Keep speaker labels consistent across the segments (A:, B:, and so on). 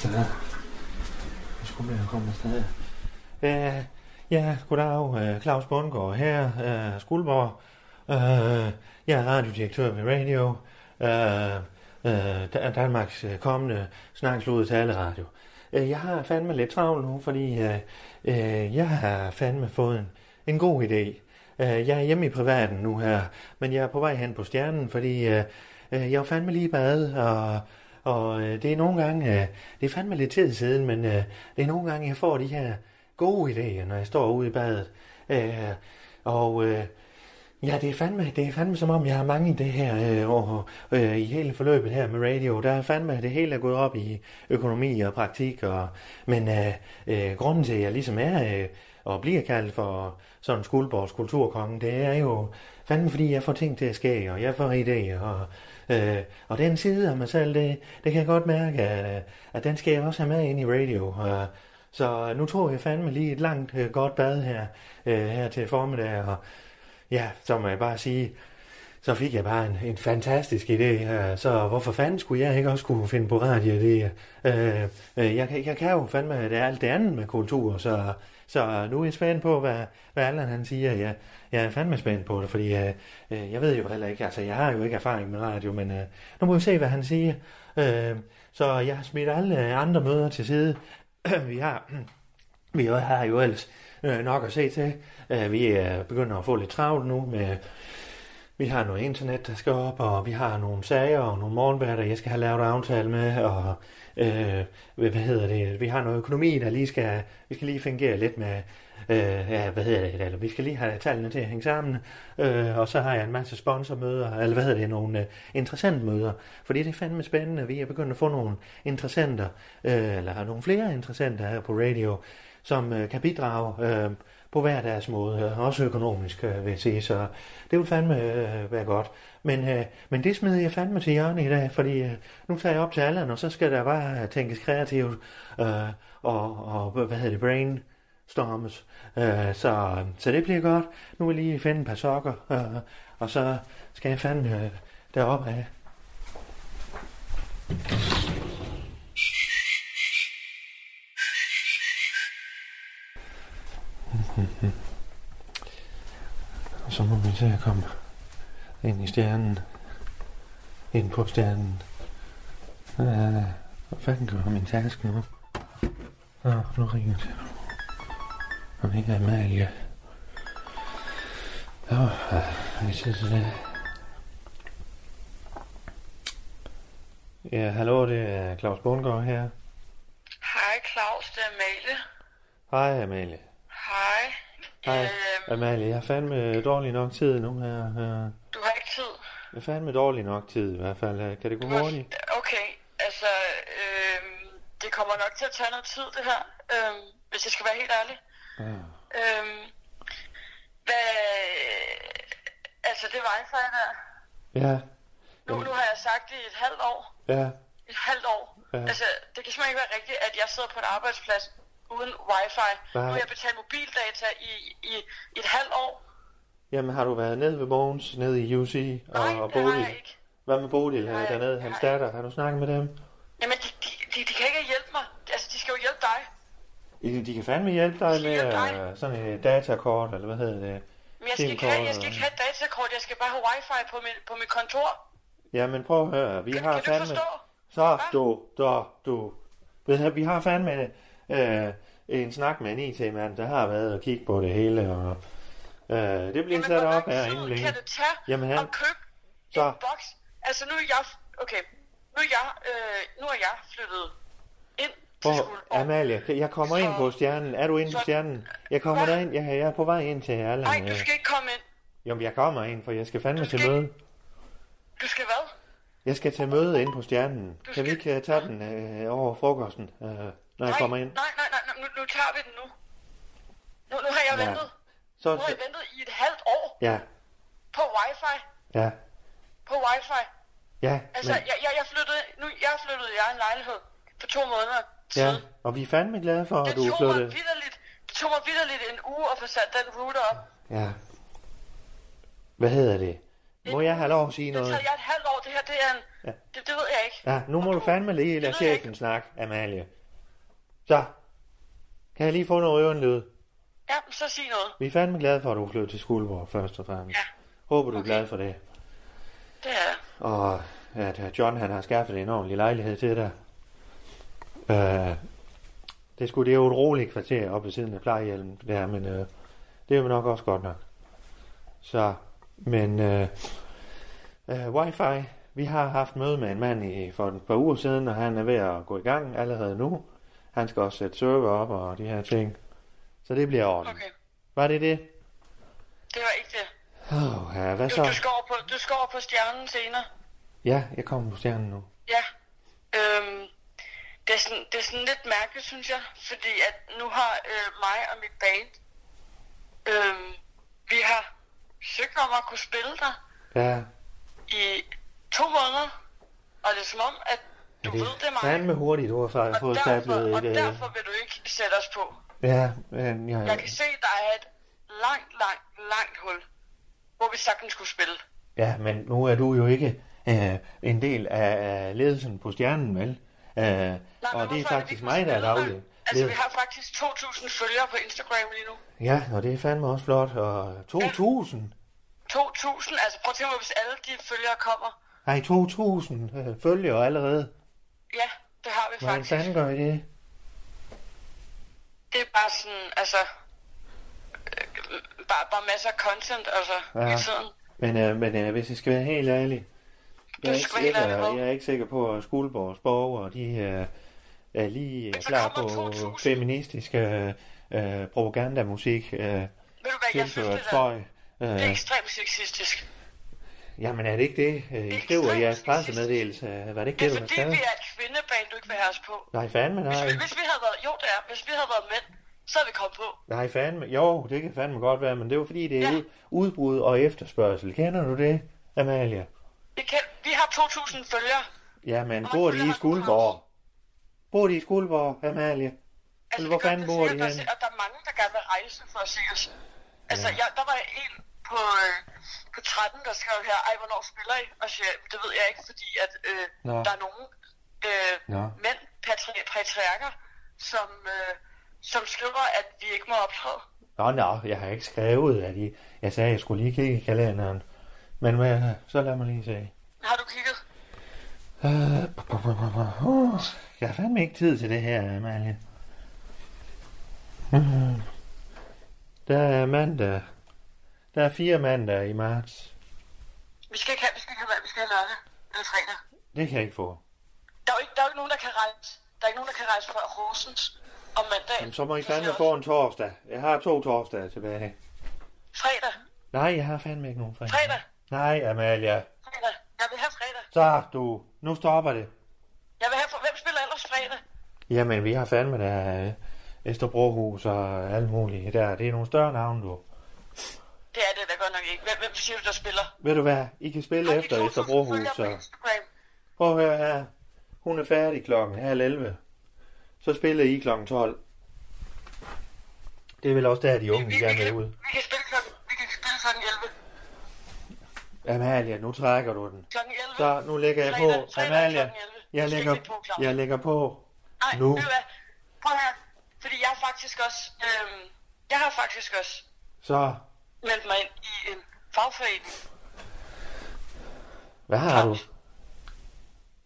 A: Stadig. Jeg skulle jeg komme stadig. Øh, ja, goddag. Øh, Claus Bundgaard her. Øh, Skuldborg. Øh, jeg er radiodirektør ved Radio. Øh, øh, Dan- Danmarks øh, kommende snakslode taleradio. Øh, jeg har fandme lidt travlt nu, fordi øh, øh, jeg har fandme fået en, en god idé. Øh, jeg er hjemme i privaten nu her, men jeg er på vej hen på stjernen, fordi øh, øh, jeg er fandme lige i bad, og, og øh, det er nogle gange... Øh, det er fandme lidt tid siden, men øh, det er nogle gange, jeg får de her gode idéer, når jeg står ude i badet. Øh, og øh, ja, det er, fandme, det er fandme som om, jeg har mange idéer her øh, og, øh, i hele forløbet her med radio. Der er fandme, det hele er gået op i økonomi og praktik. Og, men øh, øh, grunden til, at jeg ligesom er øh, og bliver kaldt for sådan Skuldborgs kulturkonge, det er jo fandme, fordi jeg får ting til at ske, og jeg får idéer. Og, øh, og den side af mig selv, det, det kan jeg godt mærke, at, øh, at den skal jeg også have med ind i radio. Og, så nu tog jeg fandme lige et langt øh, godt bad her, øh, her til formiddag, og ja, så må jeg bare sige, så fik jeg bare en, en fantastisk idé, øh, så hvorfor fanden skulle jeg ikke også kunne finde på radio det? Øh, øh, jeg, kan- jeg kan jo fandme det er alt det andet med kultur, så, så nu er jeg spændt på, hvad, hvad Allan han siger. Jeg, jeg er fandme spændt på det, fordi øh, øh, jeg ved jo heller ikke, altså jeg har jo ikke erfaring med radio, men øh, nu må vi se, hvad han siger. Øh, så jeg har smidt alle øh, andre møder til side. vi har vi jo- har jo ellers øh, nok at se til. Øh, vi er begynder at få lidt travlt nu med... Vi har noget internet, der skal op, og vi har nogle sager og nogle morgenværter, jeg skal have lavet aftale med, og øh, hvad hvad hedder det, vi har noget økonomi, der lige skal, vi skal lige fungere lidt med, øh, ja, hvad hedder det, eller vi skal lige have tallene til at hænge sammen, øh, og så har jeg en masse sponsormøder, eller hvad hedder det, nogle øh, interessentmøder, fordi det er fandme spændende, vi er begyndt at få nogle interessenter, øh, eller nogle flere interessenter her på radio, som øh, kan bidrage øh, på hver deres måde, øh, også økonomisk, øh, vil jeg sige, så det vil fandme øh, være godt. Men, øh, men det smider jeg fandme til hjørne i dag, fordi øh, nu tager jeg op til alderen, og så skal der bare tænkes kreativt, øh, og, og hvad hedder det, brain stormes. Øh, så, så det bliver godt. Nu vil jeg lige finde et par sokker, øh, og så skal jeg fandme øh, deroppe af. Og så må vi se at komme ind i stjernen. Ind på stjernen. Øh, Hvad fanden gør min taske nu? Nå, nu ringer det. Og det er Amalie. Nå, øh, vi ses i dag. Ja, hallo, det er Claus Bundgaard her.
B: Hej Claus, det er Amalie.
A: Hej Amalie.
B: Hej.
A: Hej.
B: Øhm,
A: Amalie, jeg har fandme dårlig nok tid nu her. øh.
B: du har ikke tid.
A: Jeg er fandme dårlig nok tid i hvert fald. øh. Kan det gå hurtigt?
B: Okay, altså, øhm, det kommer nok til at tage noget tid, det her. Øhm, hvis jeg skal være helt ærlig.
A: Ja.
B: Øhm, hvad... Altså, det var wifi der.
A: Ja,
B: Nu, nu har jeg sagt det i et halvt år.
A: ja,
B: Et halvt år.
A: Ja.
B: Altså, det kan simpelthen ikke være rigtigt, at jeg sidder på en arbejdsplads uden wifi.
A: Nej.
B: Nu har jeg betalt mobildata i, i, i et halvt år.
A: Jamen har du været nede ved Mogens, nede i UC og,
B: Nej,
A: og
B: det har
A: Bodil?
B: jeg ikke.
A: Hvad med Bodil
B: har
A: her
B: jeg
A: dernede,
B: ikke.
A: hans
B: Nej.
A: datter? Har du snakket med dem?
B: Jamen, de, de, de, de kan ikke hjælpe mig. Altså, de skal jo hjælpe dig.
A: I- De kan fandme hjælpe dig med
B: Hjælpe dig.
A: øh, sådan et datakort, eller hvad hedder det?
B: Men jeg skal, ikke have, jeg skal ikke have et datakort. Jeg skal bare have wifi på, min, på mit kontor.
A: Jamen prøv at høre, vi har
B: Kan du
A: fandme...
B: forstå?
A: Så, du, du, du. Ved her, vi har fandme øh, en snak med en IT-mand, der har været og kigge på det hele, og øh, det bliver
B: Jamen,
A: sat
B: hvor
A: op her
B: lang
A: inden
B: tid
A: længe.
B: kan det tage
A: Jamen, han-
B: at købe
A: Så.
B: en boks? Altså, nu er jeg... Okay, nu er jeg, øh, nu er jeg flyttet ind
A: Hvor, Amalie, jeg kommer ind på stjernen. Er du inde på
B: Så-
A: stjernen? Jeg kommer
B: Hva?
A: derind. Jeg, jeg er på vej ind til Erland.
B: Nej,
A: øh.
B: du skal ikke komme ind.
A: Jamen, jeg kommer ind, for jeg skal fandme
B: Du
A: til
B: skal-
A: møde.
B: Du skal hvad?
A: Jeg skal til møde ind på stjernen. Kan vi
B: skal-
A: ikke øh, tage den øh, over frokosten, øh, når jeg
B: nej,
A: kommer ind?
B: nej, nej, nej, nej. Nu, nu tager vi den nu. Nu, nu har jeg
A: Ja.
B: ventet. Nu
A: Så,
B: har jeg ventet i et halvt år
A: ja,
B: på wifi.
A: ja,
B: På wifi.
A: ja,
B: Altså,
A: men,
B: jeg, jeg, jeg flyttede, nu, jeg flyttede i egen lejlighed for to måneder
A: ja.
B: siden.
A: Og vi er fandme glade for, at
B: Det
A: du er
B: tog mig
A: flyttet.
B: vidderligt, det tog mig vidderligt en uge at få sat den router op.
A: Ja. Hvad hedder det? Må jeg have lov at sige
B: Det
A: noget?
B: tager jeg et halvt år, det her, det er en...
A: Ja.
B: Det, det ved jeg ikke.
A: Ja, nu må du fandme lige lade
B: Det ved jeg
A: chefen snakke, Amalie. Så, kan jeg lige få noget øvenlyd?
B: Ja, men så sig noget.
A: Vi er fandme glade for, at du er flyttet til Skuldborg, først og fremmest.
B: Ja.
A: Håber, du er glad for det.
B: Det er jeg.
A: Og at øh, John han har skaffet en ordentlig lejlighed til dig. Øh, det skulle det er jo et roligt kvarter oppe ved siden af plejehjelmen der, men øh, det er jo nok også godt nok. Så, men øh, øh, wifi, vi har haft møde med en mand i, for et par uger siden, og han er ved at gå i gang allerede nu. Han skal også sætte server op og de her ting. Så det bliver ordentligt. Okay.
B: Okay,
A: Var det det?
B: det var ikke det.
A: Åh, oh, ja, hvad
B: Du,
A: så?
B: du, skal over på, du skal over på stjernen senere.
A: Ja, jeg kommer på stjernen nu.
B: Ja. Øhm, det, er sådan, det er sådan lidt mærkeligt, synes jeg. Fordi at nu har øh, mig og mit band... Øhm, vi har søgt om at kunne spille der
A: Ja,
B: i to måneder. Og det er som om, at du
A: Det
B: ved det,
A: er
B: mig.
A: fandme hurtigt, du har fa-
B: Og
A: fået
B: derfor,
A: stablet
B: og
A: et... øh,
B: derfor vil du ikke sætte os på.
A: Ja, men jeg,
B: Jeg kan se, der er et langt, langt, langt hul, hvor vi sagtens kunne spille.
A: ja, men nu er du jo ikke øh, en del af, af ledelsen på stjernen, vel? Øh,
B: Nej, men
A: og det er
B: hvorfor
A: faktisk
B: vi ikke
A: mig, der er
B: blevet
A: daglig.
B: medlem? Altså, vi har faktisk 2.000 følgere på Instagram lige nu.
A: Ja, og det er fandme også flot. Og 2.000?
B: 2.000, altså prøv at tænke mig, hvis alle de følgere kommer.
A: Nej, 2.000 øh, følger allerede.
B: Ja, det har vi
A: Hvordan
B: faktisk.
A: fanden gør I det?
B: Det er bare sådan, altså... øh, Bare, bare masser af content, altså,
A: Ja.
B: ja. i tiden.
A: Men, øh, men øh, hvis jeg skal være helt ærlig, jeg er,
B: Du
A: ikke
B: skal være helt
A: sikker,
B: ærlig, hvor?
A: jeg er ikke sikker på, at Skuldborgs borgere de, øh, er lige øh,
B: Men så
A: klar på
B: kommer 2000.
A: feministisk øh, øh, propagandamusik. Øh,
B: Ved du hvad, jeg synes,
A: tilført
B: det der,
A: støj. Øh,
B: det er ekstremt sexistisk.
A: jamen er det ikke det, øh, I
B: er
A: skriver i
B: ekstremt
A: jeres pressemeddelelse? Øh, Var det ikke
B: Altså, Det
A: det,
B: er
A: du har
B: fordi,
A: skrevet?
B: vi er et kvindeband, du ikke vil have os på.
A: Nej, fandme
B: Hvis
A: nej.
B: vi, hvis vi havde været, jo det er, hvis vi havde været mænd, så havde vi kommet på.
A: Nej, fandme. Jo, det kan fandme godt være, men det er jo fordi, det er
B: Ja.
A: ud, udbrud og efterspørgsel. Kender du det, Amalie?
B: Vi, kan, vi har 2.000 følgere.
A: Jamen,
B: Og
A: bor
B: følger
A: de i
B: mig på
A: Skuldborg?
B: København.
A: Bor de i Skuldborg, Amalie?
B: Altså,
A: Hvor
B: det gør
A: fanden
B: det
A: bor de
B: sikkert også,
A: henne?
B: Og der er mange, der gerne vil rejse for at se os. Altså, jeg, der var en på, øh, på 13, der skrev her, ej, hvornår spiller I? Og så siger, jeg, det ved jeg ikke, fordi at, øh,
A: Nå.
B: der er nogle øh,
A: Nå.
B: mænd, patri- patriarker, som, øh, som skriver, at vi ikke må optræde.
A: Nå, nå, jeg har ikke skrevet, at I... Jeg sagde, at jeg skulle lige kigge i kalenderen. Men hvad, så lad mig lige se.
B: Har du kigget?
A: Øh, uh, jeg har fandme ikke tid til det her, Amalie. Mhm. Der er mandag. Der er fire mandag i marts.
B: Vi skal ikke have, vi skal ikke have, vi skal have lørdag eller fredag.
A: Det kan jeg ikke få.
B: Der er jo ikke, der er jo ikke nogen, der kan rejse. Der er ikke nogen, der kan rejse fra Horsens om mandagen.
A: Jamen, så må I
B: siger
A: fandme
B: også
A: få en torsdag. Jeg har to torsdage tilbage.
B: Fredag.
A: Nej, jeg har fandme ikke nogen fredag.
B: Fredag.
A: Nej, Amalie.
B: Fredag. Jeg vil have fredag.
A: Så du. Nu stopper det.
B: Jeg vil have for... Hvem spiller ellers fredag?
A: Jamen, vi har fandme der øh, Østerbrohus og alt muligt der. Det er nogle større navne, du.
B: Det er det da godt nok ikke. Hvem, hvem siger du, der spiller?
A: Ved du hvad? I kan spille
B: Har de
A: efter
B: 2.000
A: Østerbrohus.
B: følgere på
A: Så...
B: Instagram?
A: Prøv at høre her. Hun er færdig klokken halv 11. Så spiller I klokken 12. Det er vel også der, de unge
B: Vi,
A: de
B: vi,
A: gerne vil
B: kan,
A: ud.
B: vi kan spille klokken, vi kan spille klokken 11.
A: Amalia, nu trækker du den.
B: Klokken 11.
A: Så nu lægger jeg
B: Fredag-
A: på.
B: fredag
A: Amalia,
B: klokken 11.
A: jeg
B: Du skal
A: lægger,
B: ikke på klokken.
A: jeg lægger på.
B: Nej,
A: nu.
B: ved du hvad? Prøv at høre. Fordi jeg har faktisk også... Øhm, jeg har faktisk også
A: Så,
B: meldt mig ind i en fagforening.
A: hvad har du?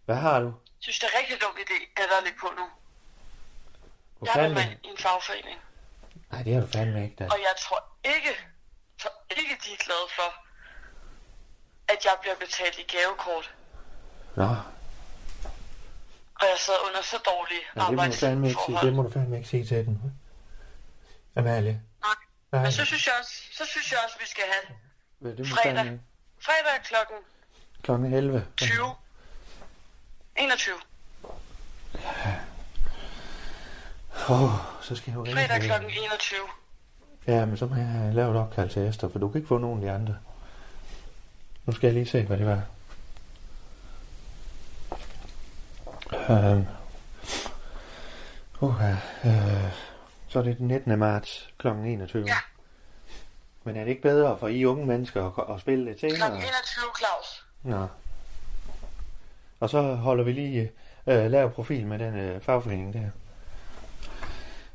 A: Hvad har du?
B: Jeg synes, det er rigtig dum idé, at der er lidt på nu.
A: Du
B: Jeg er
A: fandme...
B: med i en fagforening.
A: Nej, det har du fandme ikke, da.
B: Og jeg tror ikke, tror ikke, de er glade for, at jeg bliver betalt i gavekort.
A: Nå,
B: Og jeg sad under så dårlige
A: Ja, det må du fandme ikke sige. Det må du fandme ikke sige til den. hva'? Amalie.
B: Nej.
A: Nej.
B: Men så synes jeg også, så synes jeg også vi skal have
A: Hvad er det,
B: Fredag. fredag klokken
A: Klokken 11.
B: 20. 21.
A: Åh, så skal jeg jo ringe.
B: Fredag
A: til-
B: klokken 21.
A: Ja, men så må jeg lave et opkald til Esther, for du kan ikke få nogen af de andre. Nu skal jeg lige se, hvad det var. Øhm. Uh, øh. Så er det den 19. marts kl. 21.
B: Ja.
A: Men er det ikke bedre for I unge mennesker at, ko- at spille lidt
B: Klokken
A: senere?
B: 21, Claus.
A: Nå. Og så holder vi lige øh, lav profil med den øh, fagforening der.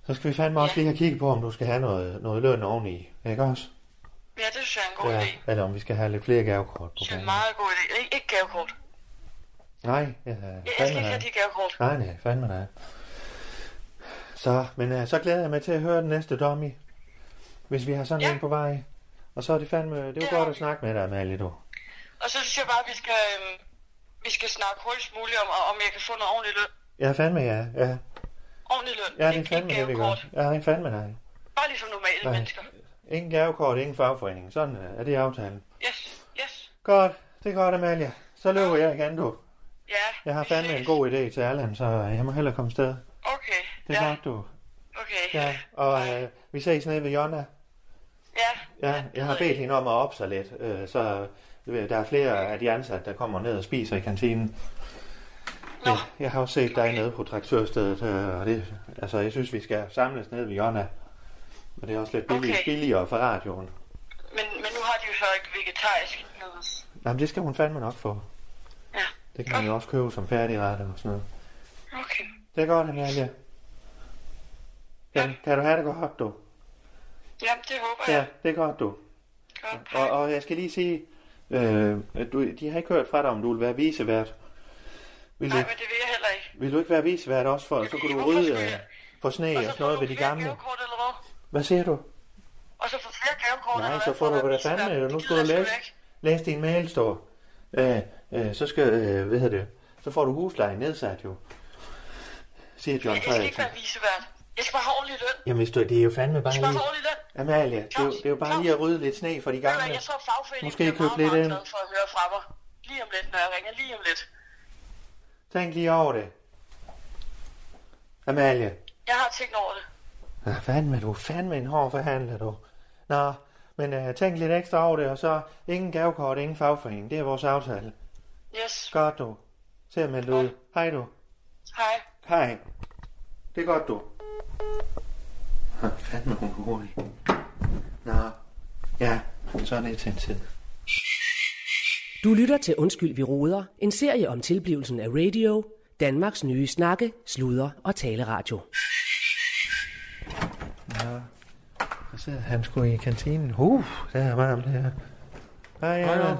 A: Så skal vi fandme også
B: Ja.
A: lige have kigget på, om du skal have noget, noget løn oveni. Ikke også?
B: Ja, det synes jeg er en god idé.
A: Eller om vi skal have lidt flere gavekort på
B: Det er en
A: banen.
B: meget god idé. Ik- ikke gavekort.
A: Nej, ja,
B: Jeg elsker
A: fandme
B: ikke
A: nej.
B: at de gavekort.
A: Nej, nej, fandme nej. Så, men øh, så glæder jeg mig til at høre den næste dummy. Hvis vi har sådan
B: Ja.
A: en på vej. Og så er det fandme, det er jo
B: Det har
A: godt
B: vi.
A: at snakke med dig, Amalie, du.
B: Og så synes jeg bare, at vi skal, øhm, vi skal snakke hurtigst muligt om, om jeg kan få noget ordentlig løn.
A: Ja, fandme ja, ja.
B: Ordentlig løn.
A: Ja, det er
B: Ikke-
A: fandme
B: ikke
A: det, vi
B: gavekort.
A: gør. Ja, det er fandme nej.
B: Bare ligesom normale
A: Nej.
B: mennesker.
A: Ingen gavekort, ingen fagforening. Sådan øh, er det aftalen.
B: Yes, yes.
A: Godt, det er godt, Amalie. Så løber jeg igen, du.
B: Ja,
A: Jeg har
B: vi
A: fandme
B: ses.
A: en god idé til Allan, så øh, jeg må hellere komme afsted.
B: Okay,
A: Det er
B: ja,
A: godt, du.
B: okay.
A: Ja, og øh, vi ses nede ved Jonna.
B: ja.
A: Ja, jeg har bedt hende om at opse sig lidt, øh, så øh, der er flere af de ansatte, der kommer ned og spiser i kantinen.
B: Nå,
A: Jeg, jeg har også set dig nede på traktørstedet, øh, og det, altså, jeg synes, vi skal samles nede ved Jonna. Men det er også lidt billigere,
B: Okay.
A: billigere for radioen.
B: men, men nu har de jo så ikke vegetarisk noget.
A: Nå, men det skal hun fandme nok få.
B: Ja,
A: Det kan man jo også købe som færdigretter og sådan noget.
B: okay.
A: Det er godt, Amalie. Ja, kan du have det godt, du?
B: Jamen, det håber jeg.
A: Ja, det er godt, du.
B: Godt.
A: Og, og jeg skal lige sige, øh, at du, de har ikke hørt fra dig, om du vil være visevært. Vil du,
B: Nej, men det vil jeg heller ikke.
A: vil du ikke være visevært også, for så kunne du
B: Hvorfor
A: rydde
B: skulle
A: øh,
B: jeg?
A: for sne og
B: så
A: sådan
B: får
A: noget
B: du
A: ved de
B: flere
A: gamle?
B: Gavekort, eller hvad?
A: Hvad siger du?
B: Og så får flere gavekort,
A: Nej,
B: eller
A: så
B: hvad,
A: får
B: for at
A: du da
B: vise dig.
A: fandme,
B: Det
A: nu
B: gider
A: skal du
B: jeg sgu
A: læse,
B: ikke.
A: læse din mail, står. Øh, øh, så skal, øh, hvad hedder det, så får du huslejen nedsat jo, siger John
B: Jeg skal ikke
A: Frederiksen.
B: være visevært. Jeg skal bare have ordentlig løn.
A: Jamen, hvis du, det er jo fandme
B: Jeg
A: bare
B: skal bare
A: lige...
B: have ordentlig løn.
A: Amalie, det er, jo, det er jo bare lige at rydde lidt sne for de
B: Ved du hvad,
A: gamle.
B: Jeg tror, fagforeningen
A: Måske
B: Måske bliver
A: købe
B: meget, meget
A: lidt ind.
B: glad for at høre fra mig. Lige om lidt, når jeg ringer. Lige om lidt.
A: Tænk lige over det. Amalie.
B: Jeg har tænkt over det.
A: Ja, fandme, du er fandme en hård forhandler, du. Nå, men uh, tænk lidt ekstra over det, og så ingen gavekort, ingen fagforening. Det er vores aftale.
B: Yes.
A: Godt, du. Se at melde ud. Hej, du.
B: Hej.
A: Hej. Det er godt, du. Nå, fandme, hun er hurtig. Nå, ja, så er det til en tid.
C: Du lytter til Undskyld, vi roder, en serie om tilblivelsen af radio, Danmarks nye snakke, sludre og taleradio.
A: Så sidder han sgu i kantinen. Uh, der er varmt her. Hej, Hej.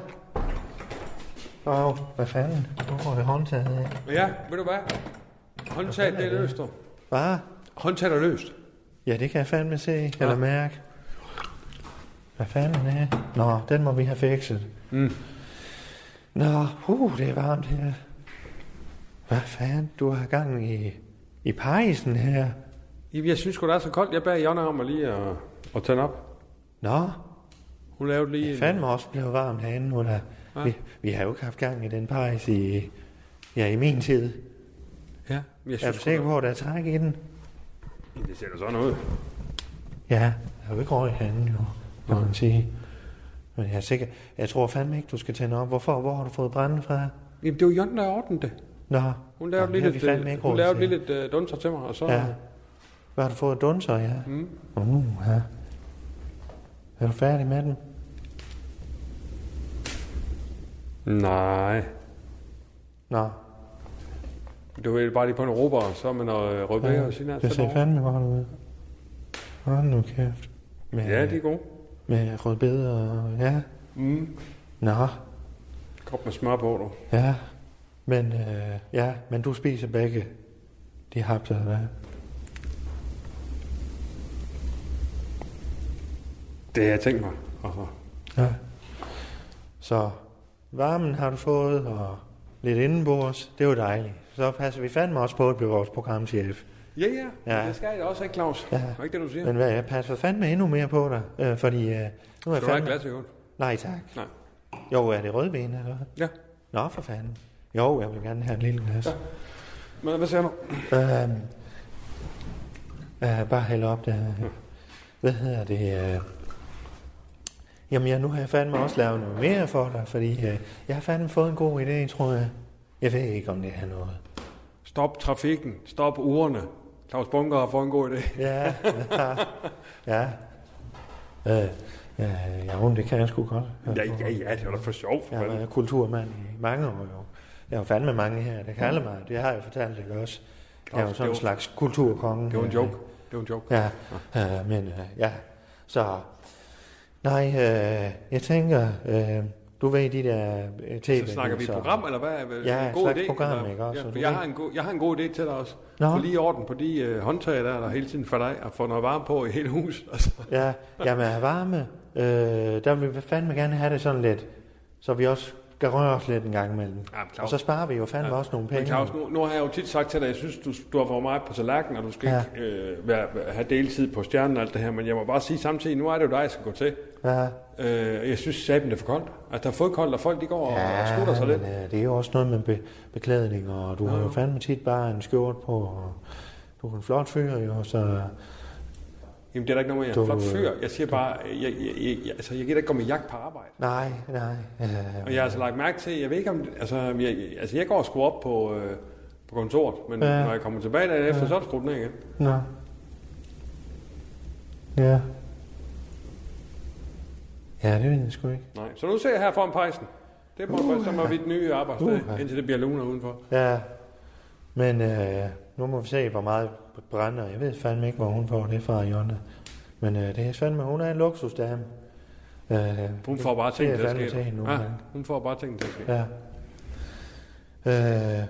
A: Åh, oh, hvad fanden? Hvor er det håndtaget af?
D: Ja, ved du hvad? Håndtaget det er løst, du.
A: Hvad?
D: Håndtaget er løst.
A: Ja, det kan jeg fandme se, eller mærke. Hvad fanden er det? Nå, den må vi have fikset. Mm. Nå, uh, det er varmt her. Hvad fanden, du har gang i, i pejsen her.
D: Jamen, jeg synes sgu, det er så koldt. Jeg bad Jonna om at lige at, at tænde op.
A: Nå,
D: Hun lavede lige... en-
A: fandme også blevet varmt herinde, nu da. Vi, vi har jo ikke haft gang i den pejs i, ja, i min tid.
D: Ja, men jeg
A: Er
D: synes
A: du
D: sgu,
A: sikker på, at der er træk i den?
D: der- det ser da sådan ud.
A: Ja, der er jo ikke røg herinde, jo, kan man sige. Men jeg er sikker, jeg tror fandme ikke, du skal tænde op. Hvorfor? Hvor har du fået brænde fra?
D: Jamen, det var Jonna, der ordnede det.
A: Nå,
D: Hun lavede
A: Nå, det
D: lige
A: har
D: lidt,
A: vi fandme
D: øh,
A: ikke
D: hun
A: råd
D: lavede
A: til.
D: lige lidt øh, dunser til mig, og så...
A: Ja. Hvad har du fået? Dunser, ja? Mm. Uh, ja. Er du færdig med den?
D: Nej.
A: Nå,
D: Det var bare lige på en råber, og så med noget øh, rødbær og sin
A: det ser fandme godt ud. Hold nu kæft. Med,
D: Ja, de er gode.
A: Med rødbede og... Ja.
D: Mm.
A: Nå,
D: Kom med smør på, du.
A: ja. Men, øh, ja, men du spiser begge. De hapser, hvad?
D: Det har jeg tænkt mig. Og så...
A: Ja. Så varmen har du fået, og lidt indenbords. Det var dejligt. Så passer vi fandme også på at blive vores programchef.
D: Ja, ja,
A: Ja.
D: ja. det skal jeg da også, ikke Claus?
A: Ja.
D: Ja. Det er ikke det, du siger.
A: Men hvad, jeg passer fandme endnu mere på dig, øh, fordi øh, nu er jeg
D: du har ikke
A: fandme...
D: glas i øvrigt?
A: Nej, tak.
D: Nej.
A: Jo, er det rødvin eller hvad?
D: Ja.
A: Nå, for fanden. Jo, jeg vil gerne have en lille glas.
D: Men hvad siger du?
A: Øhm, øh, bare hælde op der. Hvad hedder det? Øh? Jamen, ja, nu har jeg fandme også lavet noget mere for dig, fordi øh, jeg har fandme fået en god idé, tror jeg. Jeg ved ikke, om det er noget.
D: Stop trafikken. Stop urene. Claus Bunker har fået en god idé.
A: Ja, ja, ja. Øh, ja, ja, jo, men det kan jeg sgu godt.
D: Ja, ja, ja, det var da for sjov. For
A: Jeg har
D: fanden.
A: været kulturmand i mange år, jo. Jeg har jo fandme mange her, der kalder mig. Det har jeg fortalt, ikke også? Jeg er jo
D: Claus,
A: sådan en
D: det var-
A: slags kulturkonge.
D: Det var en
A: Øh,
D: joke. Det var en joke.
A: Ja, øh, men øh, ja, så... Nej, øh, jeg tænker, øh, du ved de der øh, tv
D: Så snakker vi et program, eller hvad? Er det
A: Ja,
D: en
A: et
D: god
A: slags
D: idé,
A: program,
D: eller?
A: ikke også?
D: Ja,
A: Og
D: for
A: du
D: jeg,
A: ved-
D: har en god, jeg har en god idé til dig også.
A: Nå.
D: Få lige orden på de øh, håndtag, der er der hele tiden for dig, og få noget varme på i hele huset. Altså.
A: Ja, jamen af varme, øh, der vil vi fandme gerne have det sådan lidt, så vi også kan røre os lidt en gang imellem.
D: Ja, men Claus.
A: Og så sparer vi jo fandme
D: Ja.
A: også nogle penge.
D: Men Claus, nu, nu har jeg jo tit sagt til dig, at jeg synes, du, du har for meget på tallerkenen, og du skal
A: Ja.
D: ja. ikke øh, være, være- have deltid på stjernen og alt det her, men jeg må bare sige samtidig, nu er det jo dig, jeg skal gå til.
A: Ja,
D: Øh, jeg synes, saben er for koldt. At der er fodkoldt, og folk de går og, og
A: ja
D: skutter sig lidt.
A: men, øh, det er jo også noget med be- beklædning, og du har jo fandme tit bare en skjort på, og du er en flot fyr, jo, så...
D: Jamen, det er da ikke noget med, jeg
A: Du- øh,
D: er flot fyr. Jeg siger bare, jeg, jeg, jeg, jeg, altså, jeg gider ikke gå med jagt på arbejde.
A: Nej, nej. Øh,
D: Og jeg har altså lagt mærke til, jeg ved ikke om, det- altså jeg, altså jeg går sgu op på, øh, på kontoret, men
A: Ja.
D: ja. når jeg kommer tilbage dagen efter, ja. så er det skruet ned igen.
A: Nå. Ja. Ja, det ved jeg sgu ikke.
D: Nej. Så nu ser jeg her foran pejsen. Det må uh, som er mit nye arbejdsdag,
A: Uh.
D: uh, indtil det bliver lunere udenfor.
A: Ja. Men øh, nu må vi se, hvor meget brænder. Jeg ved fandme ikke, hvor hun får det fra, Jonna. Men øh, det er fandme, hun er en luksusdame. Øh,
D: Hun får bare ting,
A: det er
D: der
A: fandme
D: sker.
A: til hende nogle
D: Ja,
A: gange.
D: hun får bare ting, der sker.
A: ja. Øh,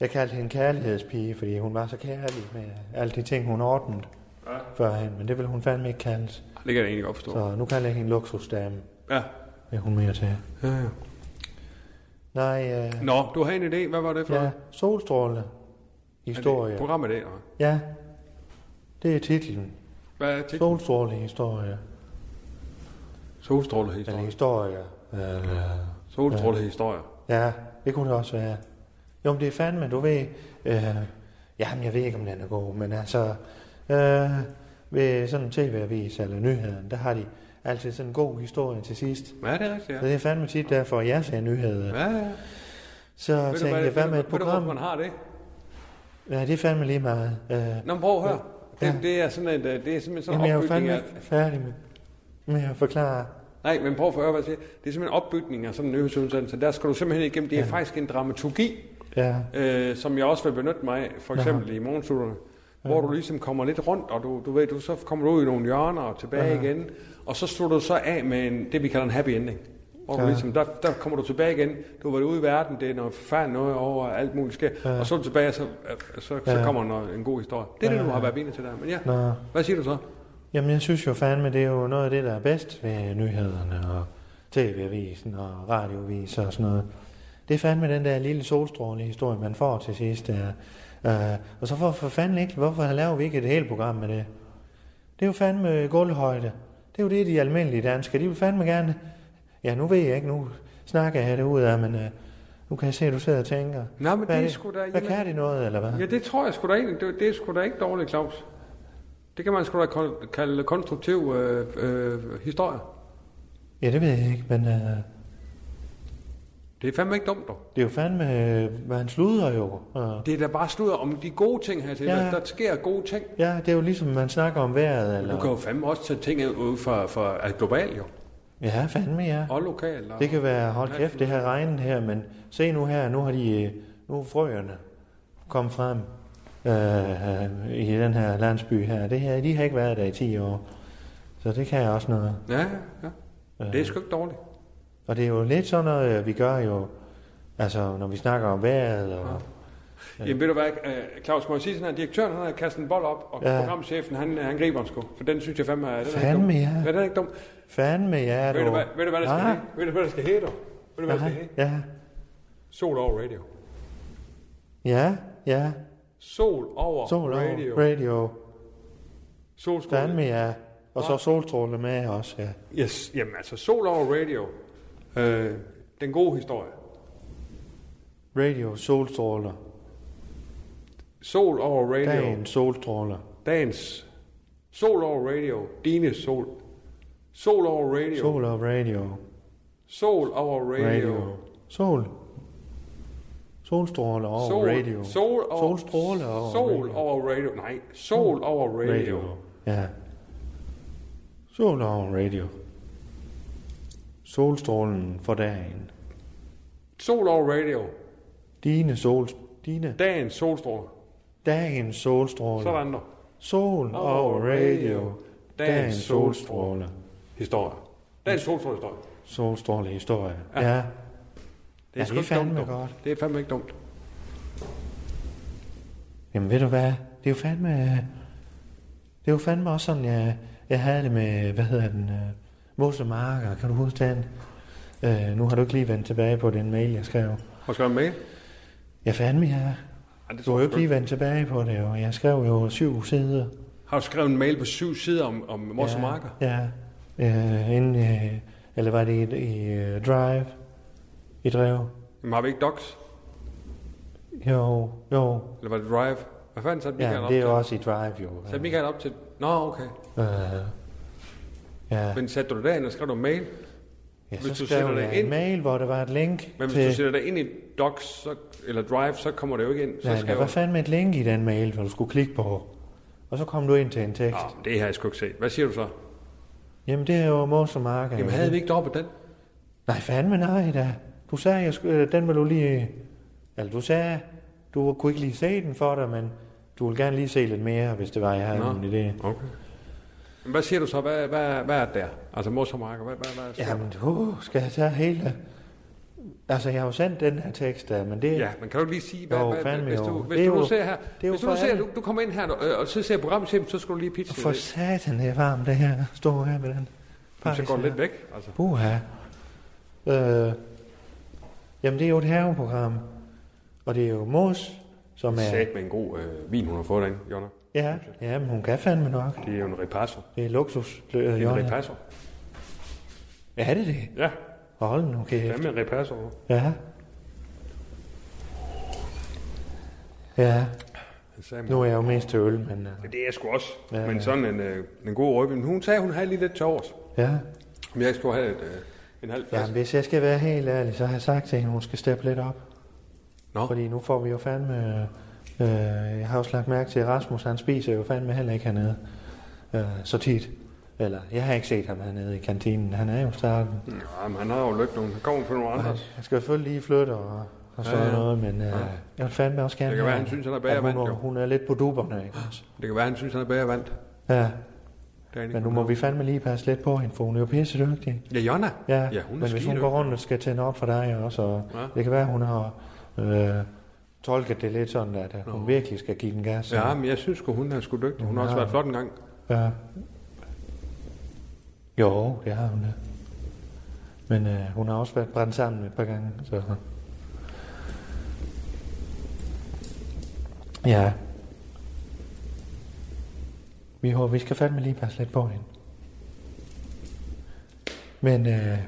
A: jeg kaldte hende kærlighedspige, fordi hun var så kærlig med alle de ting, hun ordnede
D: Ja.
A: førhen. Men det vil hun fandme ikke kaldes.
D: Det kan jeg egentlig godt forstå.
A: Så nu kalder jeg hende luksusdame.
D: Ja.
A: Vil hun mere til?
D: Ja, ja.
A: Nej, øh,
D: Nå, du har en idé. Hvad var det for?
A: ja,
D: en
A: solstråle. Historie.
D: Programidé, eller hvad?
A: Ja, det er titlen.
D: Hvad er titlen?
A: Solstråle historie. Eller
D: Solstrålehistorier.
A: historie. Eller...
D: Solstrålehistorier.
A: Ja, det kunne det også være. Jo, men det er fandme, du ved... Øh, jamen, jeg ved ikke, om den er god, men altså... Øh, ved sådan en tv-avis eller nyheden, der har de altid sådan en god historie til sidst.
D: Ja, det er rigtigt, ja.
A: Ja. Det er fandme tit derfor, jeg ser nyheder.
D: Ja, ja.
A: Så
D: Ved du,
A: tænkte jeg, hvad med et
D: ved du, hvorfor man
A: program?
D: har det?
A: Ja, det er fandme lige meget. Øh,
D: Nå, men prøv at høre.
A: Ja.
D: Det, det er sådan et, øh, det er simpelthen sådan
A: Jamen,
D: en
A: jeg er jo
D: opbygning
A: fandme
D: af...
A: ikke færdig med, med at forklare.
D: Nej, men prøv at høre, hvad jeg siger. Det er simpelthen opbygning af sådan en nyhedsudsendelse. Der skal du simpelthen igennem. Det er ja. faktisk en dramaturgi,
A: Ja,
D: øh, som jeg også vil benytte mig af, for
A: Aha.
D: eksempel i morgenstudierne, hvor du ligesom kommer lidt rundt, og du, du ved, du, så kommer du ud i nogle hjørner og tilbage
A: Aha.
D: igen, og så slutter du så af med en, det, vi kalder en happy ending. Hvor du
A: Ja.
D: ligesom, der, der kommer du tilbage igen, du har været ude i verden, det er noget forfærdeligt noget over, og alt muligt sker,
A: Ja.
D: og så er du tilbage, og så, øh, så, så
A: Ja.
D: kommer noget, en god historie. Det er det, du
A: Ja.
D: har været vinde til der, men ja.
A: nå.
D: Hvad siger du så?
A: Jamen, jeg synes jo fandme, det er jo noget af det, der er bedst ved nyhederne og tv-avisen og radioavisen og sådan noget. Det er fandme den der lille solstråle historie, man får til sidst. Der. Øh, og så for, for fanden ikke, hvorfor laver vi ikke et helt program med det? Det er jo fandme gulvhøjde. Det er jo det, de almindelige danskere, de vil fandme gerne... Ja, nu ved jeg ikke, nu snakker jeg det ud af, men øh, nu kan jeg se, at du sidder og tænker.
D: Nej,
A: Hvad
D: men det
A: er
D: er
A: det?
D: sgu da...
A: Hvad
D: jamen-
A: kan det noget, eller hvad?
D: Ja, det tror jeg sgu da egentlig. Det, det er sgu da ikke dårligt, Claus. Det kan man sgu da kon- kalde konstruktiv øh, øh, historie.
A: Ja, det ved jeg ikke, men øh,
D: Det er fandme ikke dumt, dog.
A: det er jo fandme, øh, man sluder jo. Øh.
D: Det er da bare sludder om de gode ting her til.
A: Ja.
D: Ja. Der sker gode ting.
A: Ja, det er jo ligesom, man snakker om vejret, eller...
D: Du kan jo fandme også tage ting ud fra, fra altså globalt, jo.
A: Ja, fandme ja.
D: Og lokalt. Og...
A: Det kan være, hold kæft, det her regnen her, men se nu her, nu har de, øh, nu er frøerne kommet frem øh, øh, i den her landsby her. Det her, de har ikke været der i 10 år. Så det kan jeg også noget.
D: Ja, ja, ja.
A: Øh,
D: Det er sgu ikke dårligt.
A: Og det er jo lidt sådan noget, øh, vi gør jo, altså når vi snakker om vejret og...
D: Ja. Jamen ved du hvad, øh, Claus, må jeg sige sådan her, direktøren han har kastet en bold op, og
A: Ja.
D: ja. programchefen han, øh, han griber den sgu, for den synes jeg fandme er... Den er ikke dum.
A: Fandme ja,
D: Ja, den er
A: fandme ja,
D: ikke dum. Ved du, hvad, ved du hvad der skal
A: Nej.
D: hedde? Ved du hvad der skal hedde? dog? Ved du hvad der skal
A: Nej,
D: hedde?
A: ja.
D: Sol over radio.
A: Ja, ja.
D: Sol over
A: Sol over
D: radio.
A: radio. radio.
D: Solstråle.
A: Danmia. Og så solstråle med også, ja.
D: Yes, jamen altså Sol over radio. Øh, den gode historie.
A: Radio, solstråler.
D: Sol over radio.
A: Dagen, solstråler.
D: Dagens. Sol over radio. Dine sol. Sol over radio.
A: Sol og radio.
D: Sol over radio.
A: Radio. Sol. Solstråler over
D: Sol,
A: radio.
D: Sol over,
A: Solstråler over
D: sol
A: radio. Hmm.
D: over radio. Nej, sol over radio. radio.
A: Ja. Sol over radio. Solstrålen for dagen.
D: Sol over radio.
A: Dine sol... Dine...
D: Dagens solstråler.
A: Dagens solstråler.
D: Sådan der.
A: Sol over radio. Dagens solstråler.
D: Historie. Dagens solstråler historie.
A: Solstråle historie.
D: Ja.
A: Ja. ja.
D: Det
A: Ja,
D: sgu
A: det er
D: ikke dumt,
A: fandme
D: dog.
A: godt.
D: Det er fandme ikke dumt.
A: Jamen ved du hvad? Det er jo fandme... Det er jo fandme også sådan, jeg, jeg havde det med... Hvad hedder den? øh, Mose Marker. Kan du huske den? Øh, nu har du ikke lige vendt tilbage på den mail, jeg skrev.
D: Og skal jeg med?
A: Jeg fandme, jeg
D: Ej, det
A: Du
D: tror
A: har jo
D: jeg
A: ikke
D: sgu
A: lige vendt tilbage på det, og jeg skrev jo syv sider.
D: Har du skrevet en mail på syv sider om, om Mors
A: ja,
D: ja. Marker?
A: Ja. Øh, inden, øh, eller var det i, i øh, Drive? I Drev?
D: Jamen, har vi ikke Docs?
A: Jo, jo.
D: Eller var det Drive? Hvad fanden satte Michael
A: Ja,
D: op
A: det er
D: til?
A: jo også i Drive, jo.
D: Satte Michael op til? Nå, okay.
A: Øh, ja.
D: Men satte du det derind og skrev du en mail?
A: ja,
D: hvis du
A: så
D: sætter
A: skrev
D: det
A: jeg
D: ind-
A: en mail, hvor der var et link
D: Men hvis
A: til...
D: du sætter dig ind i Docs så, eller Drive, så kommer det jo ikke ind. Så
A: Nej,
D: skal
A: der var
D: jeg...
A: fandme et link i den mail, hvor du skulle klikke på. Og så kom du ind til en tekst.
D: jo- Nå, det har jeg sgu ikke set. Hvad siger du så?
A: Jamen, det er jo Mose Marker.
D: Jamen havde vi ikke deroppe den?
A: Nej, fandme nej da. Du sagde, jeg skulle, øh, den vil du lige... Eller du sagde, du kunne ikke lige se den for dig, men du ville gerne lige se lidt mere, hvis det var, jeg havde
D: Nå.
A: nogen idé.
D: Okay. Men hvad siger du så? Hvad, hvad, hvad er der? Altså Mors og Marker, hvad, hvad, hvad
A: Jamen, du skal jeg tage hele... Altså, jeg har jo sendt den her tekst der, men det...
D: Ja, men kan du ikke lige sige, hvad,
A: Jo,
D: hvad,
A: fandme
D: hvis
A: jo.
D: du,
A: Det
D: hvis
A: er
D: du nu
A: jo-
D: ser her,
A: det er jo
D: hvis du
A: for
D: nu ser,
A: alle.
D: du, du kommer ind her, og, og så ser programmet så skal du lige pitche
A: For
D: det.
A: satan, det er varmt det her. Stå her med den.
D: Jamen, Så går det
A: her.
D: lidt væk. Altså.
A: Buha. Øh, jamen, det er jo et haveprogram. Og det er jo Mos, som er...
D: Sæt med en god øh, vin, hun har fået derinde, Jonna.
A: Ja, jamen, hun kan fandme nok.
D: Det er jo en ripasso.
A: Det er luksus. Øh,
D: Det er en
A: Jonna.
D: ripasso.
A: er det det?
D: Ja,
A: Hold nu kæft.
D: hvad med en ripasso?
A: Ja. Ja,
D: Sagde
A: nu er jeg jo mest til øl, men øh,
D: Det er jeg sgu også.
A: Ja,
D: Ja, men
A: ja.
D: sådan en, øh, en god rødvin. Hun sagde, hun havde lige lidt til overs.
A: ja.
D: Om jeg ikke skulle have et, øh, en halv flaske.
A: ja. hvis jeg skal være helt ærlig, så har jeg sagt til hende, hun skal steppe lidt op.
D: Nå.
A: Fordi nu får vi jo fandme... Øh, jeg har også lagt mærke til, at Rasmus han spiser jo fandme heller ikke hernede øh, så tit. Eller, jeg har ikke set ham hernede i kantinen. Han er jo starten.
D: Ja, men han har jo lykke nogen. Han kommer fra nogle andre.
A: Han skal selvfølgelig lige flytte og, og sådan
D: Ja, ja.
A: noget, men øh, jeg vil fandme også gerne...
D: Det kan være,
A: have,
D: han synes, han er
A: at
D: bagermand,
A: hun,
D: jo.
A: hun er lidt på duberne, ikke også?
D: Det kan være, han synes, han er bedre vandt.
A: Ja,
D: Det er han ikke.
A: men nu må vi fandme lige passe lidt på hende, for hun er jo pisse dygtig.
D: Ja, Jonna.
A: Ja,
D: ja hun er
A: men hvis hun
D: skidedygtig.
A: går rundt og skal tænde op for dig også, og
D: Ja.
A: ja. det kan være, hun har øh, tolket det lidt sådan, at øh, hun
D: Nå.
A: virkelig skal give den gas.
D: Ja, men jeg synes sgu, hun er sgu dygtig. Hun har også
A: Ja.
D: været flot en gang.
A: ja. Jo, det har hun da. Men øh, hun har også været brændt sammen et par gange. Så. Ja. Vi, håber, vi skal fandme lige passe lidt på hende. Men øh,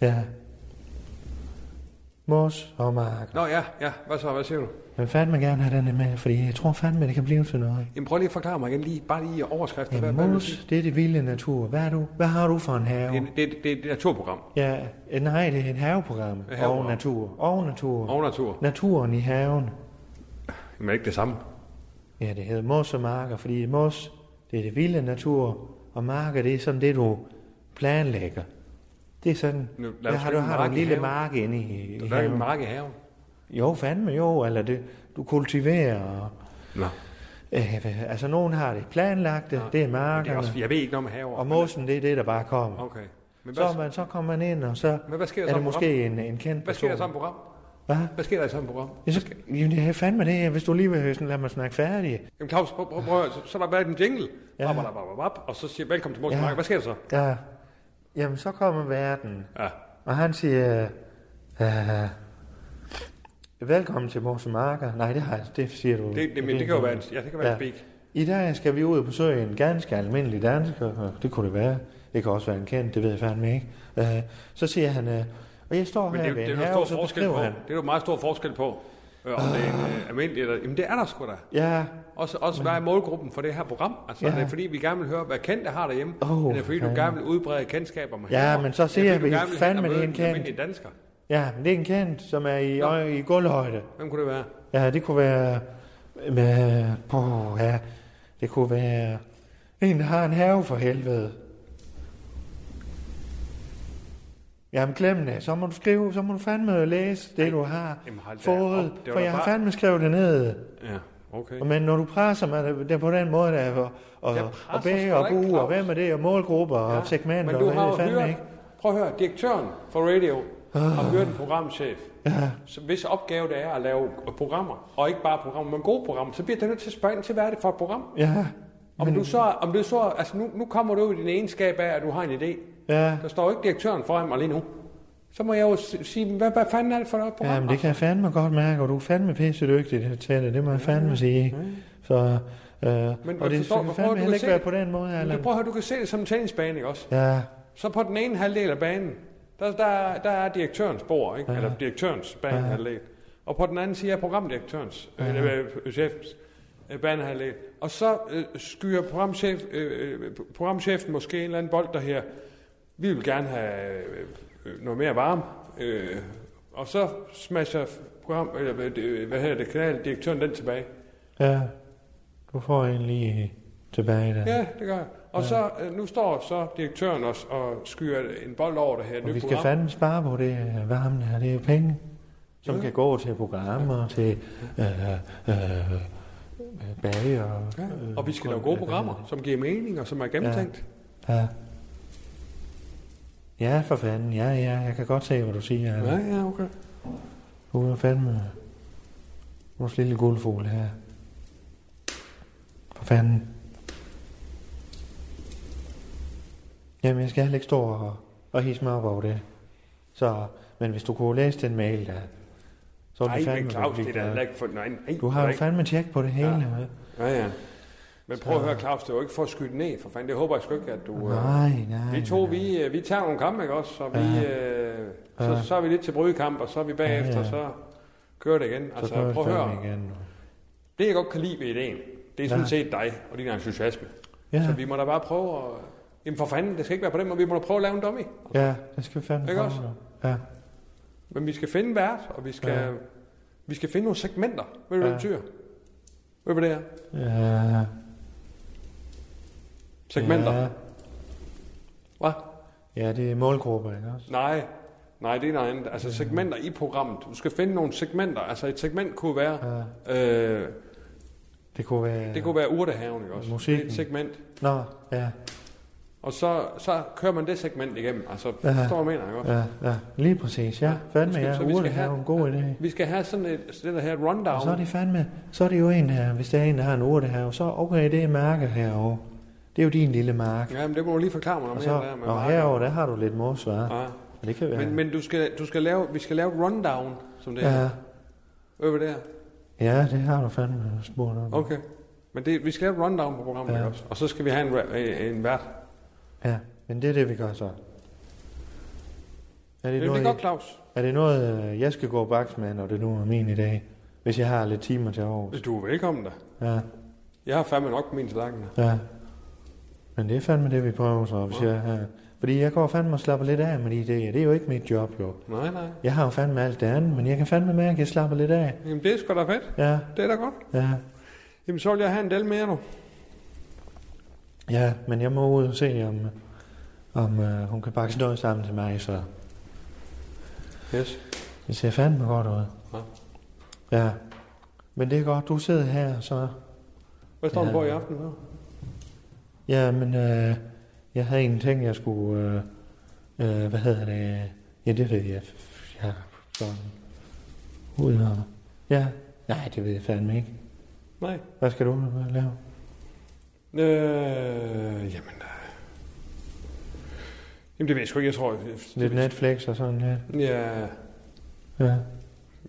A: ja. Mos og Mark.
D: Nå ja, ja. Hvad så? Hvad siger du?
A: Jeg vil fandme gerne have den med, fordi jeg tror fandme, det kan blive til noget.
D: Jamen prøv lige at forklare mig igen. Lige, bare lige i overskriften.
A: Ja,
D: Hvad, hvad vil du sige?
A: mos, det er det vilde natur. Hvad, er du, hvad har du for en have?
D: Det, er- det, er- det, er et naturprogram.
A: Ja, eh, nej, det er en haveprogram.
D: haveprogram.
A: Og natur. Og natur.
D: Og natur.
A: Naturen i haven.
D: Jamen er det ikke det samme.
A: Ja, det hedder mos og marker, fordi mos, det er det vilde natur, og marker, det er sådan det, du planlægger. Det er sådan,
D: Nu, lad os
A: der har
D: lave
A: du,
D: en
A: har du
D: mark
A: en
D: i
A: lille
D: haven.
A: mark inde i, i
D: Der er ikke
A: haven.
D: en mark i haven.
A: Jo, fandme jo, eller det, du kultiverer. Og,
D: Nå.
A: øh, altså, nogen har det planlagt, det, det er
D: Men det er
A: markerne.
D: også, jeg ved ikke noget om haver.
A: og
D: men-
A: mosen, det er det, der bare kommer.
D: Okay. Men
A: Så, er
D: hvad,
A: man, så kommer man ind, og så
D: Men hvad sker der
A: er
D: så
A: det
D: med
A: måske en, en kendt
D: hvad sker der så i
A: person.
D: et program?
A: Hvad?
D: Hvad sker der i sådan et program?
A: Ja, så, jamen, jeg fandme det, hvis du lige vil sådan, lade mig snakke færdig.
D: Jamen Claus, prøv, prøv, prøv, så, så er der været en jingle,
A: Ja.
D: ja. bap, bap, bap, og så siger velkommen til Morten
A: Ja.
D: ja. Hvad sker der så?
A: Ja. Jamen, så kommer verden,
D: Ja.
A: og han siger, øh, Velkommen til Mors Marker. Nej, det har jeg, det siger du.
D: Det, det, men det kan jo være, en- ja, det kan være ja. en
A: Ja.
D: speak.
A: I dag skal vi ud og besøge en ganske almindelig dansker, og det kunne det være. Det kan også være en kendt, det ved jeg fandme ikke. Øh, så siger han, øh, og jeg står
D: Men det,
A: her
D: er jo-
A: ved
D: det er
A: en
D: jo
A: have,
D: en
A: og
D: stor
A: så
D: forskel på.
A: beskriver han.
D: Det er jo en meget stor forskel på, øh, om det er en øh, almindelig eller... Jamen, det er der sgu da.
A: Ja,
D: Også, også hvad er målgruppen for det her program? Altså,
A: Ja.
D: ja. er det fordi, vi gerne vil høre, hvad kendte har derhjemme?
A: Åh,
D: Oh, eller fordi, du
A: fanden.
D: gerne vil udbrede kendskaber med
A: Ja,
D: herre?
A: men så
D: Er det
A: siger
D: fordi,
A: vi
D: du gerne vil
A: fandme,
D: hen og
A: det er
D: møde
A: en
D: den
A: kendt.
D: almindelige dansker.
A: ja, men det er en kendt, som er i,
D: Nå.
A: øje, i gulvhøjde.
D: Hvem kunne det være?
A: Ja, det kunne være... Med, på, ja, det kunne være... En, der har en have for helvede. Jamen glem det. Så må du skrive, så må du fandme læse det, du har
D: jamen, hold da
A: fået.
D: op. Det var
A: For
D: da
A: jeg har
D: bare-
A: fandme skrevet det ned.
D: Ja, okay.
A: Og Men når du presser mig det- det er på den måde, der, og, og,
D: Jeg
A: og
D: presser
A: bæger
D: sgu
A: og
D: da ikke,
A: buer, og
D: Claus.
A: hvem er det, og målgrupper, ja. og segmenter,
D: men du
A: og
D: har
A: hvad
D: jo
A: det fandme
D: hørt,
A: ikke. Ah.
D: prøv at høre, direktøren for radio har hørt en programchef, ja. så hvis opgave det er at lave programmer, og ikke bare programmer, men gode programmer, så bliver det nødt til at spørge ind til, hvad er det for et program?
A: Ja,
D: Om du så, om du så, altså nu, nu kommer du ud i din egenskab af, at du har en idé.
A: ja.
D: Der står jo ikke direktøren foran mig lige nu. Så må jeg jo s- sige, hvad, hvad fanden er det for et program?
A: Ja, men det kan jeg fandme godt mærke, og du er fandme pisse dygtig til det, det må jeg fandme sige. Så, øh,
D: Men
A: og det
D: forstår-
A: skal
D: hvor prøver
A: fandme
D: du
A: heller
D: at
A: ikke
D: se
A: være
D: det?
A: på den måde,
D: Men
A: Allan.
D: prøv at høre, du kan se det som en tennisbane, ikke også?
A: Ja,
D: Så på den ene halvdel af banen, der, der, der er direktørens bord, ikke? eller direktørens banehalvdel. Og på den anden side er programdirektørens, øh, øh, øh, chefens øh, banehalvdel. Og så øh, skyer programchef, øh, øh, programchefen måske en eller anden bold, der her, vi vil gerne have øh, øh, noget mere varme. Øh, og så smasher program, eller, hvad det- hvad hedder det, kanaldirektøren den tilbage.
A: ja. Du får en lige tilbage der.
D: Ja, det gør jeg. Og så, øh, nu står så direktøren også og skyer en bold over det her
A: Og
D: nye
A: vi skal
D: program.
A: fandme spare på det øh, varme her, det er jo penge, som kan gå til programmer, til øh, øh, øh, bage og...
D: Ja,
A: øh,
D: og vi skal lave gode programmer, som giver mening og som er gennemtænkt.
A: Ja. Ja, for fanden. Ja, ja, jeg kan godt se, hvad du siger.
D: Ja,
A: Allan.
D: ja, okay.
A: Hun er fandme vores lille guldfugl her. For fanden. Jamen, jeg skal heller ikke stå og, og hisse mig op over det. Så, men hvis du kunne læse den mail der, så ville
D: Nej,
A: du fandme
D: men Claus,
A: blive
D: det er da
A: glad.
D: heller ikke for... Nej, nej,
A: Du har jo
D: ikke.
A: fandme tjek på det hele. Ja.
D: Ja, ja. Men prøv at høre, Claus, det er jo ikke for at skyde ned, for fanden. Det håber jeg sgu ikke, at du... øh,
A: Nej, nej.
D: Vi to, vi, øh, vi tager nogle kampe, ikke også? Og vi, øh, så, så er vi lidt til brydekamp, og så er vi bagefter,
A: Ja, ja.
D: så kører det igen.
A: Så
D: Altså,
A: kører vi
D: prøv at
A: fandme
D: høre.
A: igen.
D: Det, jeg godt kan lide ved ideen, det er sådan
A: Ja.
D: set dig og din entusiasme.
A: Ja.
D: Så vi må da bare prøve at... Jamen for fanden, det skal ikke være på den måde. Vi må da prøve at lave en dummy.
A: Ja, det skal vi fandme
D: Ikke
A: prøve
D: også?
A: nu. Ja.
D: Men vi skal finde vært, og vi skal,
A: Ja.
D: ja. vi skal finde nogle segmenter. Ved du, hvad det
A: Ja.
D: betyder? Ved du, hvad det er?
A: Ja.
D: Segmenter.
A: Ja.
D: Ja. Hvad?
A: ja, det er målgrupper, ikke også?
D: Nej. Nej, det er noget andet. Altså segmenter i programmet. Du skal finde nogle segmenter. Altså et segment kunne være... Ja. Øh,
A: Det kunne være...
D: det kunne være urtehaven, ikke også?
A: Musikken.
D: Det er et segment.
A: Nå, ja,
D: Og så, så kører man det segment igennem. Altså,
A: Ja.
D: forstår du, hvad jeg mener, ikke også?
A: ja, ja, lige præcis, ja. Fandme,
D: Skal-
A: ja,
D: så vi skal
A: Urte har
D: have-
A: jo en god idé.
D: Vi skal have sådan et, sådan det her rundown.
A: Og så er det fandme, så er det jo en her, hvis der er en, der har en urte her, så okay, det er mærke herovre. Det er jo din lille mark.
D: Ja, men det må du lige forklare mig, når
A: Og,
D: man
A: så,
D: der med
A: og
D: marker.
A: herovre, der har du lidt mos, hva'?
D: Ja.
A: Og det kan være...
D: Men, men du skal, du skal lave, vi skal lave et rundown, som det
A: ja,
D: er. Øver der.
A: ja, det har du fandme spurgt om.
D: Okay. Men det, vi skal lave et rundown på programmet
A: Ja.
D: ja. også. Og så skal vi have en, ra- en, en vært.
A: Ja, men det er det, vi gør så. Er det,
D: Det, det
A: noget,
D: er godt, Claus.
A: er det noget, øh, jeg skal gå baks med, når det nu er min i dag? Hvis jeg har lidt timer til Aarhus?
D: Du er velkommen da.
A: Ja.
D: Jeg har fandme nok på min tallerken.
A: Ja. Men det er fandme det, vi prøver så. Hvis jeg, ja. Fordi jeg går fandme og slapper lidt af med de idéer. Det er jo ikke mit job, jo.
D: Nej, nej.
A: Jeg har jo fandme alt det andet, men jeg kan fandme mærke, at jeg slapper lidt af.
D: Jamen, det er sgu da fedt.
A: Ja,
D: Det er da godt.
A: ja,
D: Jamen, så vil jeg have en del mere nu.
A: ja. Men jeg må ud og se, om, om øh, hun kan pakke noget sammen til mig, så
D: Yes.
A: det ser fandme godt ud.
D: Ja.
A: Ja. Men det er godt, du sidder her, så...
D: Hvad står
A: Ja.
D: ja. du på i aften? Så?
A: Ja, men øh, jeg havde en ting, jeg skulle... Øh, øh, hvad hedder det? Ja, det ved jeg. Ja, sådan. Ud og... Ja, nej, det ved jeg fandme ikke.
D: Nej.
A: Hvad skal du øh, lave?
D: Øh, jamen, øh. jamen, det ved jeg sgu ikke. Jeg tror... Jeg,
A: Lidt Netflix og sådan lidt.
D: Ja.
A: Ja.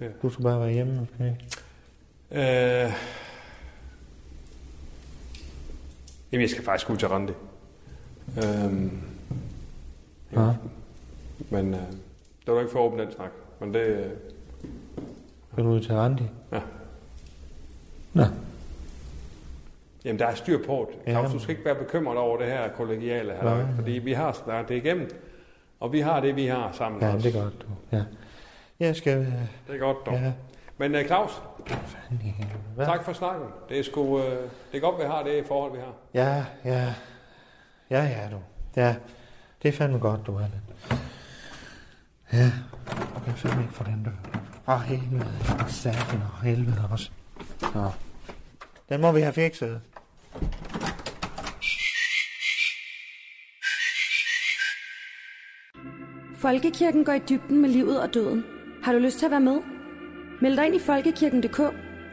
D: Ja.
A: Du skal bare være hjemme, måske.
D: Øh... Jamen, jeg skal faktisk ud til Randi. Øhm... Ja.
A: Ja.
D: Men øh, det var da ikke for åbent den snak. Men det... Øh,
A: Skal du ud til Randi?
D: ja.
A: Nå.
D: Jamen, der er styr på det. Claus,
A: Jamen.
D: du skal ikke være bekymret over det her kollegiale her,
A: Nej.
D: fordi vi har snakket det igennem, og vi har det, vi har sammen
A: Ja,
D: også.
A: det er godt, du. Ja. Jeg skal... øh,
D: Det er godt, dog.
A: Ja.
D: Ja. Men øh, Claus,
A: Hvad?
D: tak for snakken. Det er, sgu, øh, det er godt, vi har det forhold, vi har.
A: Ja, ja. Ja, ja, du. Ja. Det er fandme godt, du er det. Ja. Du kan fandme ikke få den dør. Åh, helvede. For Satan og helvede også. Nå. Den må vi have fikset.
E: Folkekirken går i dybden med livet og døden. Har du lyst til at være med? Meld dig ind i folkekirken.dk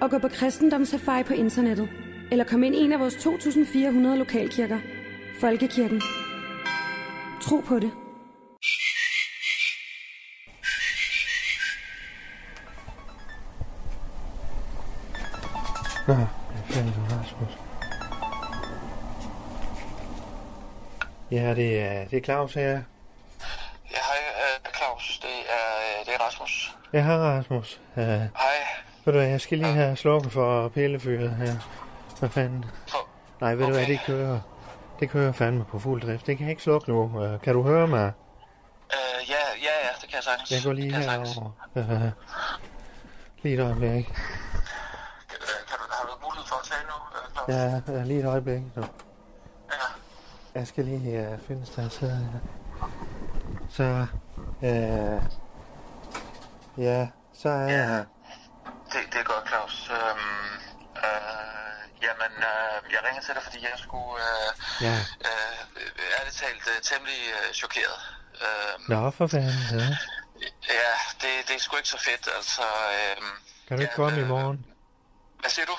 E: og gå på kristendomssafari på internettet. Eller kom ind i en af vores 2.400 lokalkirker. Folkekirken. Tro på det.
A: Nå, jeg finder du Rasmus. Ja, det er, det er Claus her.
B: Ja, hej øh, Claus. Det er, øh, det er Rasmus.
A: Jeg har Rasmus. Uh,
B: Hej.
A: ved du hvad, jeg skal lige have slukket for pillefyret her. Hvad fanden?
B: For,
A: Nej, ved okay. du hvad,
B: Okay.
A: det kører. Det kører fandme på fuld drift. Det kan jeg ikke slukke nu. Uh, kan du høre mig?
B: øh, ja, ja, ja, det kan jeg sagtens.
A: Jeg går lige
B: det kan jeg sagtens.
A: herover. Uh, lige et øjeblik.
B: Øh, Kan du, har du mulighed for at tale nu, øh, Claus?
A: Ja, uh, lige et øjeblik. Nu.
B: ja.
A: Jeg skal lige uh, finde et sted at sidde her. Så, uh, ja, så er jeg her.
B: Det, det er godt, Claus. Øhm, øh, jamen, øh, jeg ringer til dig, fordi jeg skulle øh,
A: Ja.
B: øh, ærligt talt øh, temmelig øh, chokeret. Øhm,
A: Nå, for fanden. Ja.
B: Ja, det, det er sgu ikke så fedt, altså... Øhm,
A: Kan du ikke
B: ja,
A: komme i
B: øh,
A: morgen?
B: Hvad siger du?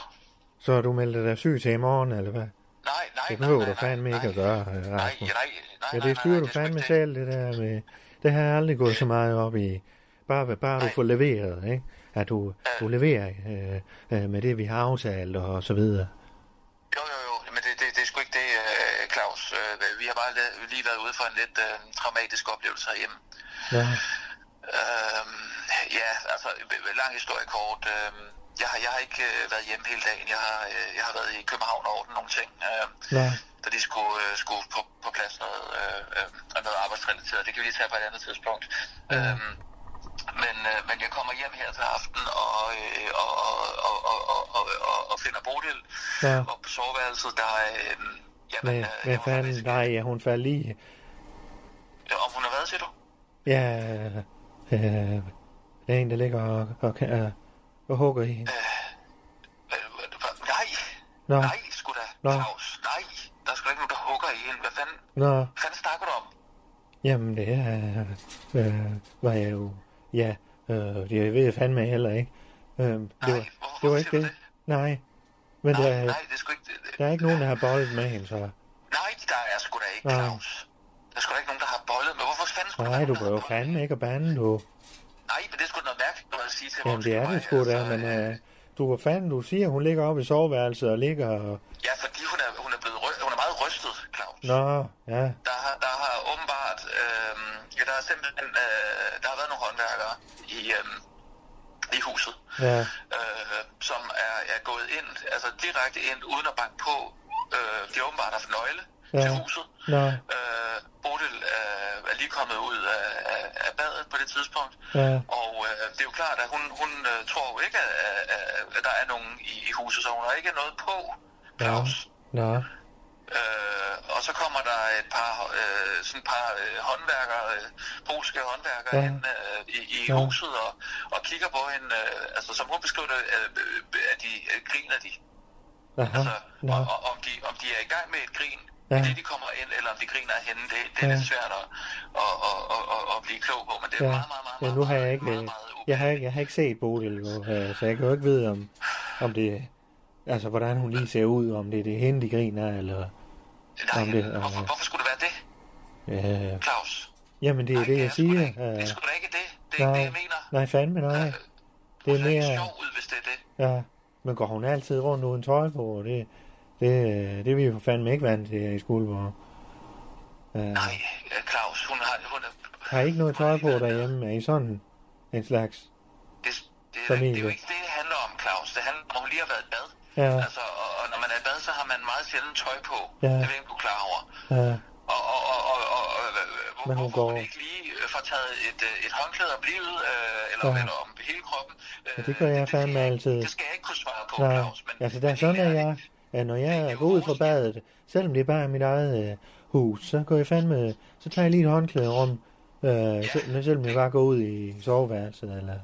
A: Så har du meldt dig syg til i morgen, eller hvad?
B: Nej, nej,
A: Det behøver
B: nej, nej,
A: du fandme
B: nej,
A: ikke at gøre, øh,
B: Nej, nej,
A: Rasmus.
B: nej, nej,
A: Ja,
B: nej,
A: det styrer
B: nej,
A: du
B: det er sgu
A: fandme
B: ikke det.
A: selv, det der med... Det har jeg aldrig gået så meget op i. Bare, hvad- bare du
B: Nej.
A: får leveret, ikke? At du, du leverer øh, øh, med det, vi har aftalt og så videre.
B: Jo, jo, jo, men det, det, det er sgu ikke det, øh, Claus. Øh, Vi har bare la- lige været ude for en lidt øh, traumatisk oplevelse herhjemme.
A: Ja,
B: Øhm, ja, altså, øh, lang historie kort. Øhm, jeg, har, jeg har ikke øh, været hjemme hele dagen. Jeg har, øh, jeg har været i København og ordnet nogle ting, øh,
A: nå,
B: da de skulle, øh, skulle på, på plads noget, øh, øh, og noget arbejdsrelateret. Det kan vi lige tage på et andet tidspunkt. Øhm, men, øh, men jeg kommer hjem her til aften og, øh, og, og, og, og, og, og, og finder Bodil.
A: Ja.
B: Og på soveværelset, der... Øh, jamen,
A: men
B: øh,
A: hvad
B: hun har
A: fanden?
B: været-
A: Nej, ja, hun faldt lige.
B: Ja, Øh, Om hun har været, siger du?
A: Ja, øh, der er en, der ligger og, og, og, og hugger i hende.
B: Øh, hva- nej,
A: Nå.
B: nej, sgu da,
A: Nå.
B: Claus, nej. Der er sgu da ikke nogen, der hugger i hende. Hvad fanden,
A: Nå,
B: hvad fanden snakker du om?
A: Jamen, det er, øh, var jeg jo... Ja, øh, jeg ved fandme heller ikke. Øh, det,
B: Nej,
A: var,
B: hvorfor
A: det var
B: siger
A: ikke
B: du
A: det.
B: det?
A: Nej, men
B: Nej,
A: der, er-
B: nej, det er sgu ikke... det-
A: der er ikke nogen, der har boldet med hende, så...
B: Nej, der er sgu da ikke,
A: Nej.
B: Claus. Der er sgu da ikke nogen, der har bollet med. Hvorfor fanden skulle der
A: Nej,
B: være
A: du
B: nogen, der
A: behøver
B: har bollet?
A: fandme ikke at bande, du.
B: Nej, men det er sgu da noget mærkeligt, noget at sige til mig.
A: Jamen, det
B: undskyld
A: er det
B: mig,
A: sgu da,
B: altså,
A: men øh, du hvor fanden, du siger, hun ligger oppe i soveværelset og ligger og...
B: Ja, fordi hun er, hun er, blevet ry- hun er meget rystet, Claus.
A: Nå, ja,
B: Der har, der har åbenbart... Øh, ja, der har simpelthen... Øh, der har været nogle håndværkere i, øh, i huset.
A: ja,
B: øh, som er, er gået ind, altså direkte ind, uden at banke på. Øh, de åbenbart har haft nøgle
A: Ja.
B: ja. til huset.
A: Nå.
B: Øh, Bodil øh, er lige kommet ud af, af, af badet på det tidspunkt.
A: Ja.
B: Og øh, det er jo klart, at hun, hun øh, tror jo ikke, at, at- at, at der er nogen i, i huset, så hun har ikke noget på.
A: nå,
B: Claus.
A: nå,
B: Øh, og så kommer der et par, øh, sådan et par øh, håndværkere, øh, polske håndværkere
A: Ja.
B: ja. ind øh, i, i
A: Ja.
B: ja. huset og, og kigger på hende. Øh, altså, som hun beskriver det, øh, øh, at de øh, griner de.
A: aha,
B: Altså,
A: nå,
B: og, og, om, de, om de er i gang med et grin,
A: Ja.
B: ja. det de kommer ind, eller om de griner af hende, det, det er
A: Ja.
B: lidt svært at, at, at, at, at, at blive klog på. Men det er
A: ja,
B: meget, meget, meget,
A: ja,
B: meget,
A: nu har jeg
B: meget,
A: ikke,
B: meget,
A: øh,
B: meget
A: jeg har, ikke- jeg har ikke set Bodil, jo, øh, så jeg kan jo ikke vide, om, om det, altså, hvordan hun lige ser ud, om det, det er hende, de griner, eller,
B: Nej,
A: om det- om,
B: hvorfor,
A: øh,
B: hvorfor skulle det være det,
A: øh,
B: Claus?
A: jamen, det er
B: Nej,
A: det, jeg
B: er sgu da
A: siger,
B: ikke- Det
A: øh,
B: er sgu da ikke det. Det er ikke det,
A: nej,
B: jeg mener.
A: nej, fandme nej, Det er
B: Hun ser
A: mere...
B: sjov ud, hvis det er det.
A: Ja, men går hun altid rundt uden tøj på, og det, det, øh, det er vi jo for fandme ikke vant til her i Skuldborg. Uh,
B: Nej, øh, Claus, hun har... Hun er,
A: har ikke noget tøj på derhjemme, er I sådan en slags?
B: det, det, det,
A: Familie.
B: det er jo ikke det, det handler om, Claus. Det handler om, at hun lige har været i bad.
A: Ja.
B: Altså, og, og når man er i bad, så har man meget sjældent tøj på.
A: Ja.
B: Det ved jeg ikke, du er klar over.
A: Uh,
B: Og, og, og, og, og, og øh, hvor,
A: Men hun
B: hvorfor
A: går-
B: hun ikke lige øh, får taget et, øh, et håndklæde om livet, øh, eller,
A: Ja.
B: ja. eller om hele kroppen. Øh,
A: Ja, det gør jeg fandme
B: skal jeg-
A: altid.
B: Det skal jeg ikke kunne svare på,
A: nej,
B: Claus. Men,
A: altså det er
B: men
A: sådan,
B: helt
A: at
B: ærligt,
A: jeg, at når jeg
B: jo
A: går ud fra
B: vores-
A: badet, selvom det bare er mit eget øh, hus, så går jeg fandme, så tager jeg lige et håndklæde om, øh, selv, selvom jeg bare går ud i soveværelset, eller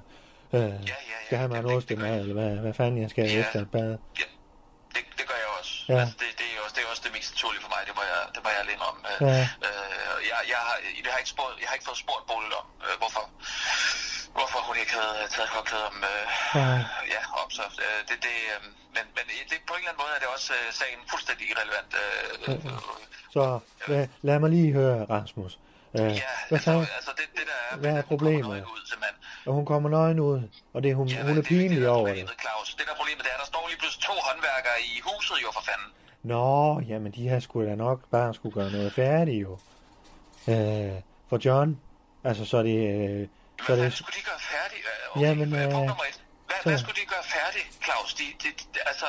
A: øh,
B: ja.
A: skal have mig en
B: Jamen, det-
A: ostemad, eller hvad, hvad fanden jeg skal
B: Ja.
A: efter et bad.
B: Ja, det, det gør jeg også.
A: Ja.
B: Ja. Altså, det, det, er også, det er også det mest naturlige for mig, det må jeg, det må jeg alene om.
A: Ja.
B: Ja. Øh, og jeg, jeg, har, jeg, har ikke spurgt, jeg har ikke fået spurgt Bodil om, øh, hvorfor, hvorfor hun ikke havde øh, taget håndklæde om, øh,
A: Ja.
B: ja. ja, om så. Øh, det, det, øh, men men i- det, på en eller anden måde er det også øh, sagen fuldstændig irrelevant. Øh, øh,
A: Så lad, lad mig lige høre, Rasmus. Øh,
B: ja,
A: hvad
B: altså,
A: så?
B: altså det, det der er,
A: Hvad er
B: at hun kommer
A: problemet?
B: nøgen Ud, simpelthen.
A: Og hun kommer nøgen ud, og det, er hun, hun
B: men
A: er
B: det- det,
A: pinlig
B: der er
A: over det.
B: problemet, Claus. Det der problemet, det er, at der står lige pludselig to håndværkere i huset jo for fanden.
A: Nå, jamen de her skulle da nok bare skulle gøre noget færdigt jo. Øh, for John. Altså så er det... Øh, så
B: Hvad
A: er
B: fanden
A: det
B: skulle de gøre færdig? Øh, Okay,
A: Jamen,
B: Jamen, øh, punkt
A: øh,
B: nummer et. Hvad,
A: så-
B: hvad skulle de gøre færdig, Claus? De, de, de, altså,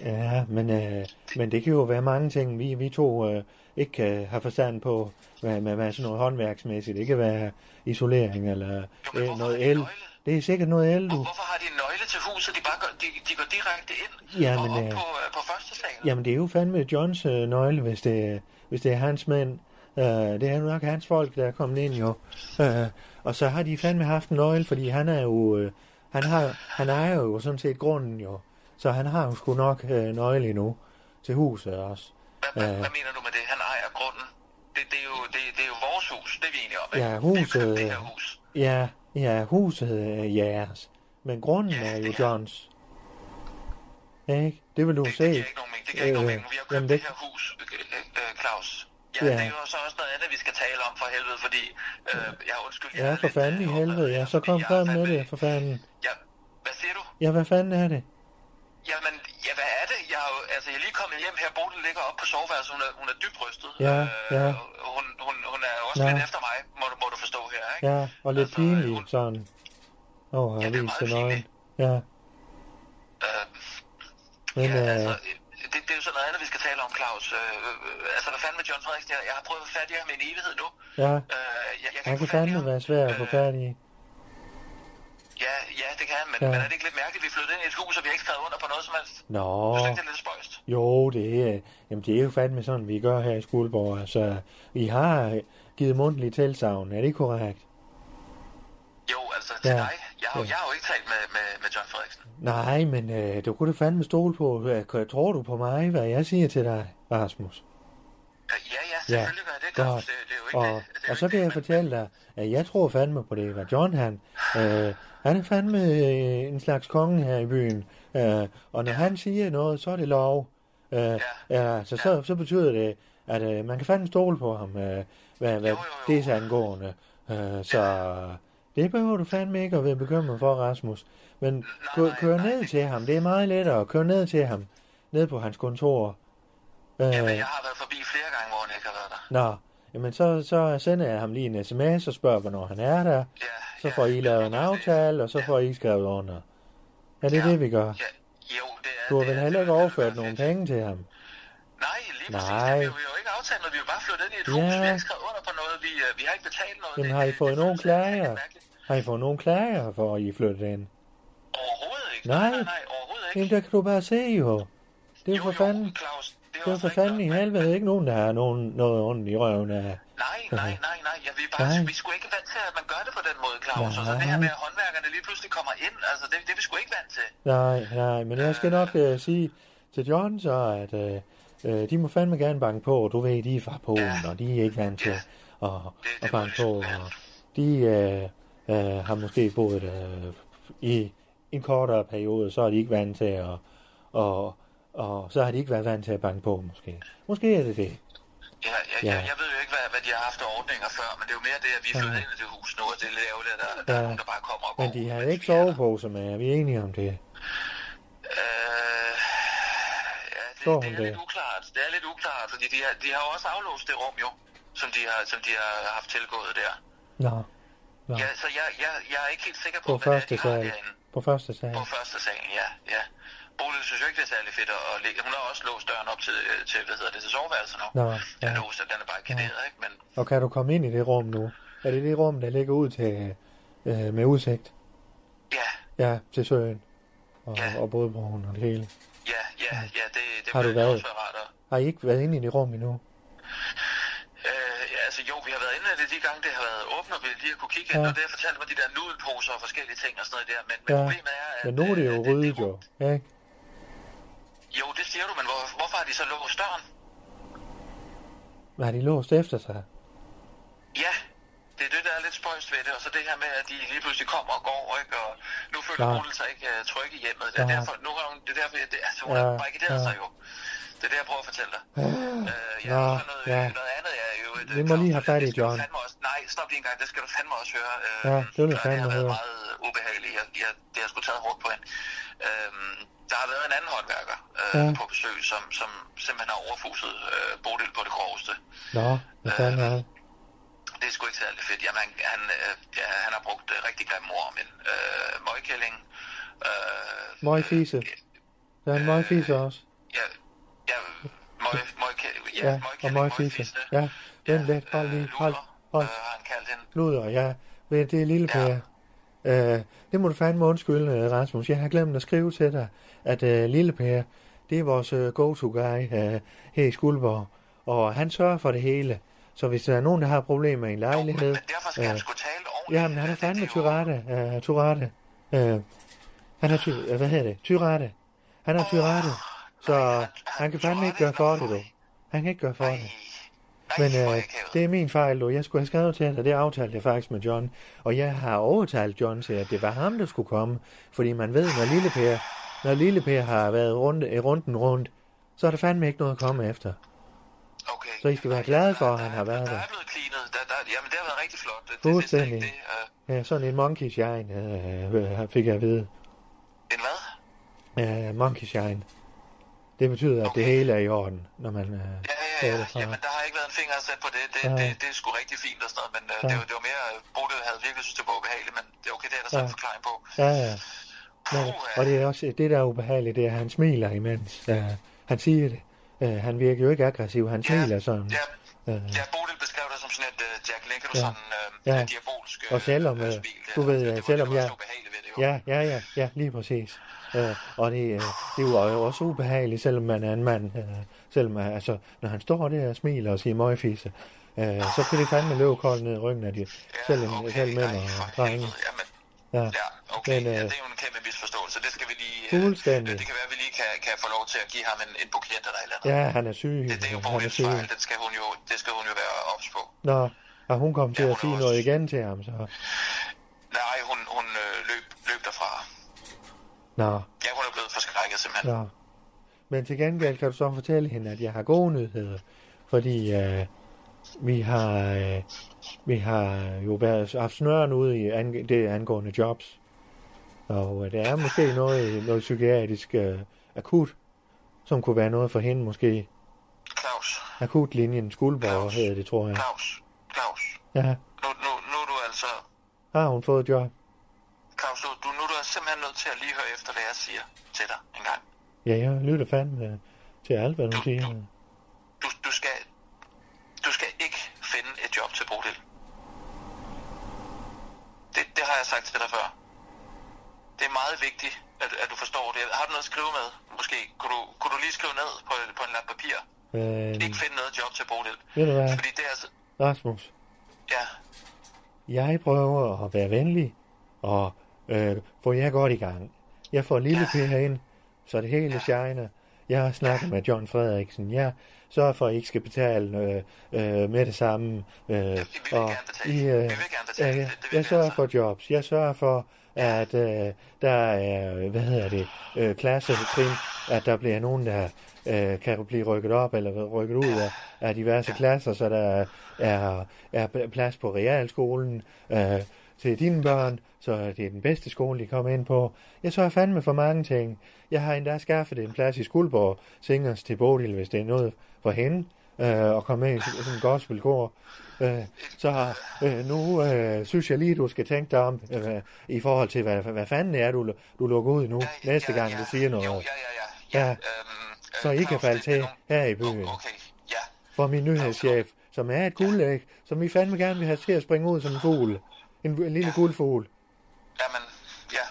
B: øh,
A: ja, men, øh, men det kan jo være mange ting, vi, vi to øh, ikke øh, har forstand på. Hvad, med, hvad er sådan noget håndværksmæssigt. Det kan være isolering eller
B: hvorfor
A: øh,
B: har de
A: noget el.
B: nøgle?
A: Det er sikkert noget el,
B: hvor,
A: du.
B: hvorfor har de en nøgle til huset? De, bare går, de, de går direkte ind
A: Jamen,
B: og op
A: øh,
B: på, øh, på første salen.
A: Jamen, det er jo fandme Johns øh, nøgle, hvis det, hvis det er hans mænd. Øh, det er jo nok hans folk, der er kommet ind, jo. Øh, og så har de fandme haft en nøgle, fordi han er jo... Øh, han, har, han ejer jo sådan set grunden, jo. Så han har jo sgu nok øh, nøgle endnu til huset også.
B: Hvad, hvad,
A: øh.
B: hvad mener du med det? Han ejer grunden. Det, det, er jo, det, det er jo vores hus, det er vi enige om. ikke?
A: Ja,
B: Vi
A: huset,
B: købte Det
A: øh,
B: her hus.
A: Ja, ja, huset er jeres. Men grunden er jo Johns. Ikke? Det vil du
B: Det,
A: se.
B: det giver ikke nogen mening. Det giver ikke nogen
A: Øh,
B: mening. Vi har købt
A: jamen,
B: det...
A: det-
B: det her hus, øh, øh, øh, Claus. Ja,
A: Ja.
B: det er jo så også noget andet, vi skal tale om for helvede, fordi... Øh, jeg undskyld, jeg
A: Ja,
B: er
A: for
B: lidt,
A: fanden
B: øh,
A: i
B: oprørt
A: helvede.
B: her,
A: Ja, så
B: fordi
A: kom
B: jeg er
A: frem med
B: fandme-
A: det, for fanden.
B: Ja, hvad siger du?
A: Ja, hvad fanden er det?
B: Jamen, ja, hvad er det? Jeg, er jo- altså, jeg er lige kommet hjem her. Bodil ligger op på soveværelset. Hun er, hun er dybt rystet.
A: Ja, ja.
B: og Hun, hun, hun er jo også
A: Nå.
B: lidt efter mig, må du, må du forstå her, ikke?
A: Ja, og lidt
B: Altså, øh,
A: pinlig,
B: hun-
A: sådan. Åh, oh,
B: Ja,
A: jeg
B: det er
A: vist til
B: meget
A: nøgen.
B: pinligt.
A: Ja,
B: Øh,
A: men
B: ja,
A: øh,
B: altså, øh, det, det, er jo sådan noget andet, vi skal tale om, Claus. Øh, øh, altså, hvad fanden med John Frederiksen? Jeg, jeg har prøvet at få fat i ham i en evighed nu.
A: ja,
B: Øh, jeg, jeg
A: han
B: ikke
A: kan
B: få fat i
A: fandme
B: ham.
A: være svær at få
B: Øh,
A: fat i.
B: Ja, ja, det kan han, men,
A: Ja.
B: ja. men er det ikke lidt mærkeligt, at vi flyttede ind i et hus, og vi har ikke skrevet under på noget som helst?
A: Nå,
B: Jeg synes ikke, det er lidt spøjst.
A: jo, det er, jamen, det er jo fandme sådan, vi gør her i Skuldborg. Altså, vi har øh, givet mundtlig tilsavn, er det korrekt?
B: Jo, altså, til
A: Ja.
B: dig. Jeg har,
A: Ja.
B: jeg har jo ikke talt med, med, med John Frederiksen.
A: Nej, men øh, du kunne da fandme stole på, øh, tror du på mig, hvad jeg siger til dig, Rasmus?
B: Ja, ja, selvfølgelig gør jeg det, Claus. Det, det er jo ikke
A: og,
B: det. det er jo
A: og så
B: ikke
A: kan jeg
B: det, men-
A: fortælle dig, at jeg tror fandme på det, hvad John han, øh, han er fandme øh, en slags konge her i byen, øh, og når han siger noget, så er det lov. Øh, ja. Ja, så, så, så betyder det, at øh, man kan fandme stole på ham, øh, hvad, hvad
B: jo, jo.
A: det er så angående. Øh, så det behøver du fandme ikke at være bekymret for, Rasmus. Men kør, kør ned til ham, det er meget lettere at køre ned til ham, ned på hans kontor. Øh,
B: Jamen, jeg har været forbi flere gange, hvor han ikke har været der.
A: Nå, jamen så, så sender jeg ham lige en sms og spørger, hvornår han er der.
B: Ja,
A: Så
B: ja,
A: får I
B: det
A: lavet
B: er
A: en
B: nok det.
A: aftale, og så får I skrevet under. Er det
B: Ja.
A: det, vi gør?
B: Ja, jo, det er...
A: Du har
B: det
A: vel
B: er-
A: heller
B: det
A: ikke
B: er-
A: overført nogen penge til ham?
B: Nej, lige præcis.
A: Nej.
B: Nej. Vi har jo ikke aftalt noget. Vi har jo bare flyttet ind i et hus.
A: Ja.
B: Vi har ikke skrevet under på noget. Vi, øh, vi har ikke betalt noget.
A: Jamen
B: Det-
A: har I
B: det-
A: fået
B: det
A: nogen
B: føles lidt
A: klager?
B: mærkeligt.
A: Har I fået nogen klager for, at I er flyttet ind?
B: Overhovedet ikke.
A: Nej.
B: Nej, nej, overhovedet ikke.
A: Jamen der kan du bare se jo. Det er jo for fanden,
B: Claus, det
A: det er jo
B: også
A: for
B: rigtigt
A: fanden i
B: nok, men-
A: helvede ikke nogen, der har nogen, noget ondt i røven af.
B: Nej, nej, nej, nej. Jeg vil bare,
A: Nej.
B: Vi skulle ikke vant til, at man gør det på den måde, Claus. Og så det her
A: Nej.
B: med, at håndværkerne lige pludselig kommer ind, altså det, det er vi sgu ikke vant til.
A: Nej, nej, men jeg skal nok øh, sige til John så, at øh, øh, de må fandme gerne banke på. Du ved, de er fra Polen, og de er ikke vant til at, at
B: det
A: banke
B: må
A: på.
B: de sgu
A: Og de øh, øh, har måske boet øh, i en kortere periode, så er de ikke vant til at... Og, og så har de ikke været vant til at banke på, måske. Måske er det det.
B: Ja, ja,
A: Ja.
B: ja. Jeg, jeg ved jo ikke, hvad, hvad de har haft ordninger før, men det er jo mere det, at vi er flyttet ind i det hus nu, og det er lidt ærgerligt, at der, der er
A: Ja.
B: nogen, der bare kommer og
A: Men
B: går,
A: de har
B: mens
A: ikke
B: vi er der.
A: soveposer med, er vi enige om det?
B: Øh, ja, det,
A: Står
B: det
A: hun
B: er lidt
A: der?
B: uklart. Det er lidt uklart, fordi de har, de har jo også aflåst det rum jo, som de har, som de har haft tilgået der.
A: Nå. Nå.
B: Ja, så jeg, jeg, jeg er ikke helt sikker på,
A: På
B: hvad det
A: første
B: er, de har
A: sal.
B: derinde.
A: På første sal.
B: På første salen, ja. ja. Bolig synes jo ikke, det er særlig fedt at ligge. Hun har også låst døren op til, øh, til hvad hedder det, til soveværelset nu.
A: Nå,
B: Den
A: ja.
B: er låst, og den er bare kaderet, ikke? Men
A: Og kan du komme ind i det rum nu? Er det det rum, der ligger ud til, øh, med udsigt?
B: ja,
A: Ja, til søen. Og,
B: Ja.
A: og bådbroen og det hele.
B: ja, ja, ja, det, det
A: Har du
B: ville
A: været-
B: også være rart at,
A: Har I ikke været inde i det rum endnu?
B: Øh, ja, altså jo, vi har været inde i det de gange, det har været åbent, og vi lige har kunne kigge ind,
A: Ja.
B: og det har fortalt mig de der nudelposer og forskellige ting og sådan noget der, men, men
A: Ja.
B: problemet er, at...
A: Ja, nu er det jo
B: øh,
A: ryddet jo. Ja, ikke?
B: Jo, det siger du, men hvor, hvorfor har de så låst døren?
A: Men Har de låst efter sig?
B: Ja, det er det, der er lidt spøjst ved det, og så det her med, at de lige pludselig kommer og går, ikke? Og nu føler
A: Ja.
B: Bodil sig ikke uh, tryg i hjemmet. Det er
A: Ja.
B: derfor, nu har hun, det er derfor, det, altså, hun
A: Ja,
B: har barrikaderet
A: ja.
B: sig jo. Det er det, jeg prøver at fortælle dig. Øh, ja,
A: Nå,
B: og så noget,
A: ja.
B: noget andet er jo... et,
A: Vi må
B: Claus,
A: lige have fat i
B: det skal du
A: John.
B: fandme Også, nej, stop lige en gang, det skal du fandme også høre. Øh,
A: Ja, det vil jeg
B: og
A: fandme
B: har været
A: høre.
B: meget øh, ubehageligt. Jeg, jeg, det har sgu taget hårdt på hende. Øhm, der har været en anden håndværker øh,
A: Ja.
B: på besøg, som, som simpelthen har overfuset øh, Bodil på det groveste.
A: Nå, hvad
B: Øh.
A: fanden er det?
B: Det er sgu ikke særlig fedt. Jamen, han, han, øh, ja, han har brugt øh, rigtig grimme ord om en øh, møgkælling. Øh,
A: Møgfise. Der er en møgfise også.
B: ja, ja, møg, møgkælling. Ja,
A: Ja, og
B: møgkælling,
A: møgfise.
B: møgfise.
A: Ja, vent lidt. Hold lige. Hold, hold.
B: Øh, har han kaldt hende.
A: Luder, ja. Men det er lille Per. Øh, det må du fandme undskylde, øh, Rasmus. Jeg har glemt at skrive til dig, at øh, lille Per, det er vores øh, go-to-guy øh, her i Skuldborg. Og han sørger for det hele. Så hvis der er nogen, der har problemer med en
B: Jo,
A: lejlighed...
B: men derfor skal han
A: øh,
B: sgu tale ordentligt.
A: Jamen, han er
B: Det- det
A: fandme
B: jo-
A: Tyrate. Uh, Tyrate. Uh, han er ty øh, hvad hedder det? Tyrate. Han er Tyrate. Så han kan fandme ikke gøre for det, du. Han kan ikke gøre for
B: Nej,
A: det.
B: nej,
A: Men
B: hvor
A: øh,
B: akavet.
A: det er min fejl, du. Jeg skulle have skrevet til dig, det aftalte jeg faktisk med John. Og jeg har overtalt John til, at det var ham, der skulle komme. Fordi man ved, når lille per, når lille per har været rundt, øh, runden rundt, så er der fandme ikke noget at komme efter.
B: Okay.
A: Så I skal være glade for, at han har været
B: der. Der
A: der.
B: er blevet cleanet. Der, der, jamen, det har været rigtig flot. Det, det,
A: Fuldstændig.
B: Det, det, øh,
A: Ja, sådan en monkey shine, øh, øh, fik jeg at vide.
B: en hvad?
A: Uh, monkey shine. Det betyder, at det
B: Okay.
A: hele er i orden, når man... Uh,
B: Ja, ja, ja. Jamen, der har ikke været en finger sat på det. Det,
A: Ja.
B: ja. det, det er sgu rigtig fint og sådan noget, men øh,
A: Ja.
B: det, var- det var mere, øh, Bodil havde virkelig synes, det var ubehageligt, men det er okay, det er der så
A: Ja.
B: en forklaring på.
A: ja, ja. Men,
B: Puha.
A: og det er også det, der er ubehageligt, det er, at han smiler imens. Uh, han siger det. Uh, han virker jo ikke aggressiv, han smiler sådan.
B: Ja,
A: Øh.
B: ja, Bodil beskrev det som sådan et øh, Jack Lincoln,
A: Ja.
B: sådan øh,
A: Ja.
B: diabolsk
A: Og selvom, øh, du ved, øh,
B: jeg,
A: selvom
B: det var
A: jeg-
B: så ubehageligt ved det jo.
A: Ja, ja, ja, ja, lige præcis. Uh, og det, uh, det er jo også ubehageligt, selvom man er en mand. Uh, selvom, uh, altså, når han står der og smiler og siger møgfise, uh, så kan det fandme løbe koldt ned i ryggen af de, selv, selv mænd
B: ej,
A: og
B: for
A: drenge.
B: helvede, Jamen,
A: Ja,
B: Ja, okay.
A: Men,
B: Men, øh, ja,
A: øh,
B: det er jo en kæmpe misforståelse. Det skal vi lige... øh,
A: Fuldstændig.
B: øh, Det kan være, at vi lige kan, kan få lov til at give ham en, en buket eller et eller andet.
A: ja, han er syg.
B: Det, det er jo
A: han er
B: Bodils
A: syg.
B: fejl. Den skal hun jo, det skal hun jo være ops på.
A: Nå, og hun kom til
B: Ja,
A: at
B: hun er
A: sige
B: også-
A: noget igen til ham, så...
B: Nej, hun, hun øh, løb, løb derfra.
A: Nå,
B: Ja, hun er blevet forskrækket simpelthen.
A: nå. Men til gengæld kan du så fortælle hende, at jeg har gode nyheder, fordi øh, vi har øh, vi har jo været, haft snøren ude i ange, det angående jobs. Og øh, der er måske noget, noget psykiatrisk øh, akut, som kunne være noget for hende måske.
B: Claus,
A: Akutlinjen Skuldborg hedder det, tror jeg.
B: Claus, Claus.
A: Ja,
B: Nu, nu, nu er du altså...
A: har hun fået job?
B: Claus, nu, du, nu er du simpelthen nødt til at lige høre efter, hvad jeg siger til dig en gang.
A: Ja, jeg lytter fandme øh, til alt, hvad hun siger.
B: Du, du skal... Du skal ikke finde et job til Bodil. Det, det har jeg sagt til dig før. Det er meget vigtigt, at, at du forstår det. Har du noget at skrive med? Måske kunne du, kunne du lige skrive ned på, på en lap papir.
A: Øh,
B: Ikke finde noget job til Bodil.
A: ved du hvad,
B: Fordi det er altså...
A: Rasmus?
B: Ja,
A: Jeg prøver at være venlig og øh, få jer godt i gang. Jeg får lille Per ind, så det hele shiner. Jeg snakker med John Frederiksen. Jeg sørger for, at I ikke skal betale øh, øh, med det samme. Øh, vi
B: vil gerne betale. Vi vil gerne betale.
A: øh,
B: Det- det vil vi
A: jeg sørger
B: altså.
A: for jobs. Jeg sørger for, at øh, der er, hvad hedder det, øh, klassetrin øh, at der bliver nogen, der øh, kan blive rykket op eller rykket ud af, af diverse klasser, så der er, er plads på realskolen øh, til dine børn, så det er den bedste skole, de kommer ind på. Jeg sørger fandme for mange ting. Jeg har endda skaffet en plads i Skuldborg Singers til Bodil, hvis det er noget for hende øh, og komme med i sådan en gospelkor. Øh, så øh, nu øh, synes jeg lige, du skal tænke dig om øh, i forhold til, hvad, hvad fanden det er, du, du lukker ud nu,
B: ja,
A: næste gang
B: ja,
A: du siger noget.
B: Jo, ja, ja, ja.
A: Ja,
B: Øhm,
A: så I kan
B: Claus,
A: falde
B: det er
A: til
B: nogen-
A: her i byen.
B: Okay, ja.
A: For min nyhedschef, som er et guldæg, som vi fandme gerne vil have til at springe ud som en fugl. En, en lille guldfugl.
B: Jamen, ja.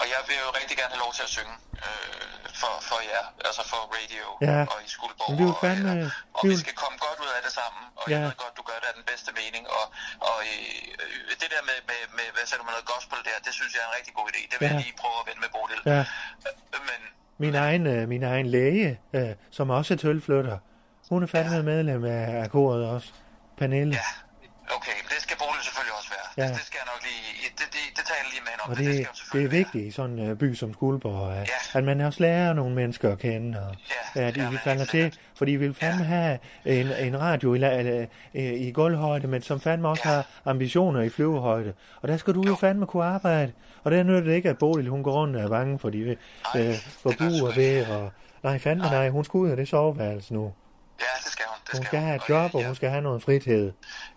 B: Og jeg vil jo rigtig gerne have lov til at synge øh, for, for jer, altså for radio
A: Ja.
B: og i Skuldborg.
A: Men vi vil
B: og,
A: fandme-
B: øh,
A: vi
B: og vi
A: vil-
B: skal komme godt ud af det sammen, og
A: Ja.
B: jeg ved godt, du gør det af den bedste mening. Og, og øh, øh, det der med, med, med, hvad sagde du med noget gospel der, det synes jeg er en rigtig god idé. Det vil
A: Ja.
B: jeg lige prøve at vende med Bodil.
A: Ja.
B: Øh, Men
A: Min egen, øh, min egen læge, øh, som også er tølflytter, hun er fandme medlem af, af koret også. Pernille.
B: ja, okay, men det skal Bodil selvfølgelig også være.
A: Ja.
B: Det, det skal jeg nok lige, det, det, det taler jeg lige med hende om.
A: Og
B: men
A: det,
B: skal jo
A: det er
B: selvfølgelig være.
A: vigtigt i sådan en øh, by som Skuldborg, at,
B: Ja.
A: at man også lærer nogle mennesker at kende, og
B: Ja,
A: at I
B: ja, men
A: falder
B: helt
A: til.
B: sikkert.
A: Fordi vi vil fandme have en, en radio i, la- eller, øh, i gulvhøjde, men som fandme også
B: Ja.
A: har ambitioner i flyvehøjde. Og der skal du jo fandme kunne arbejde. Og der nytter det ikke, at Bodil hun går rundt og er bange for, de, øh, for
B: det gør
A: buer
B: sgu
A: ved. Og, nej, fandme nej, hun skal ud af det soveværelse nu.
B: Ja, det skal hun. Det
A: Hun skal have et
B: Og,
A: job, og
B: ja,
A: hun skal have noget fritid.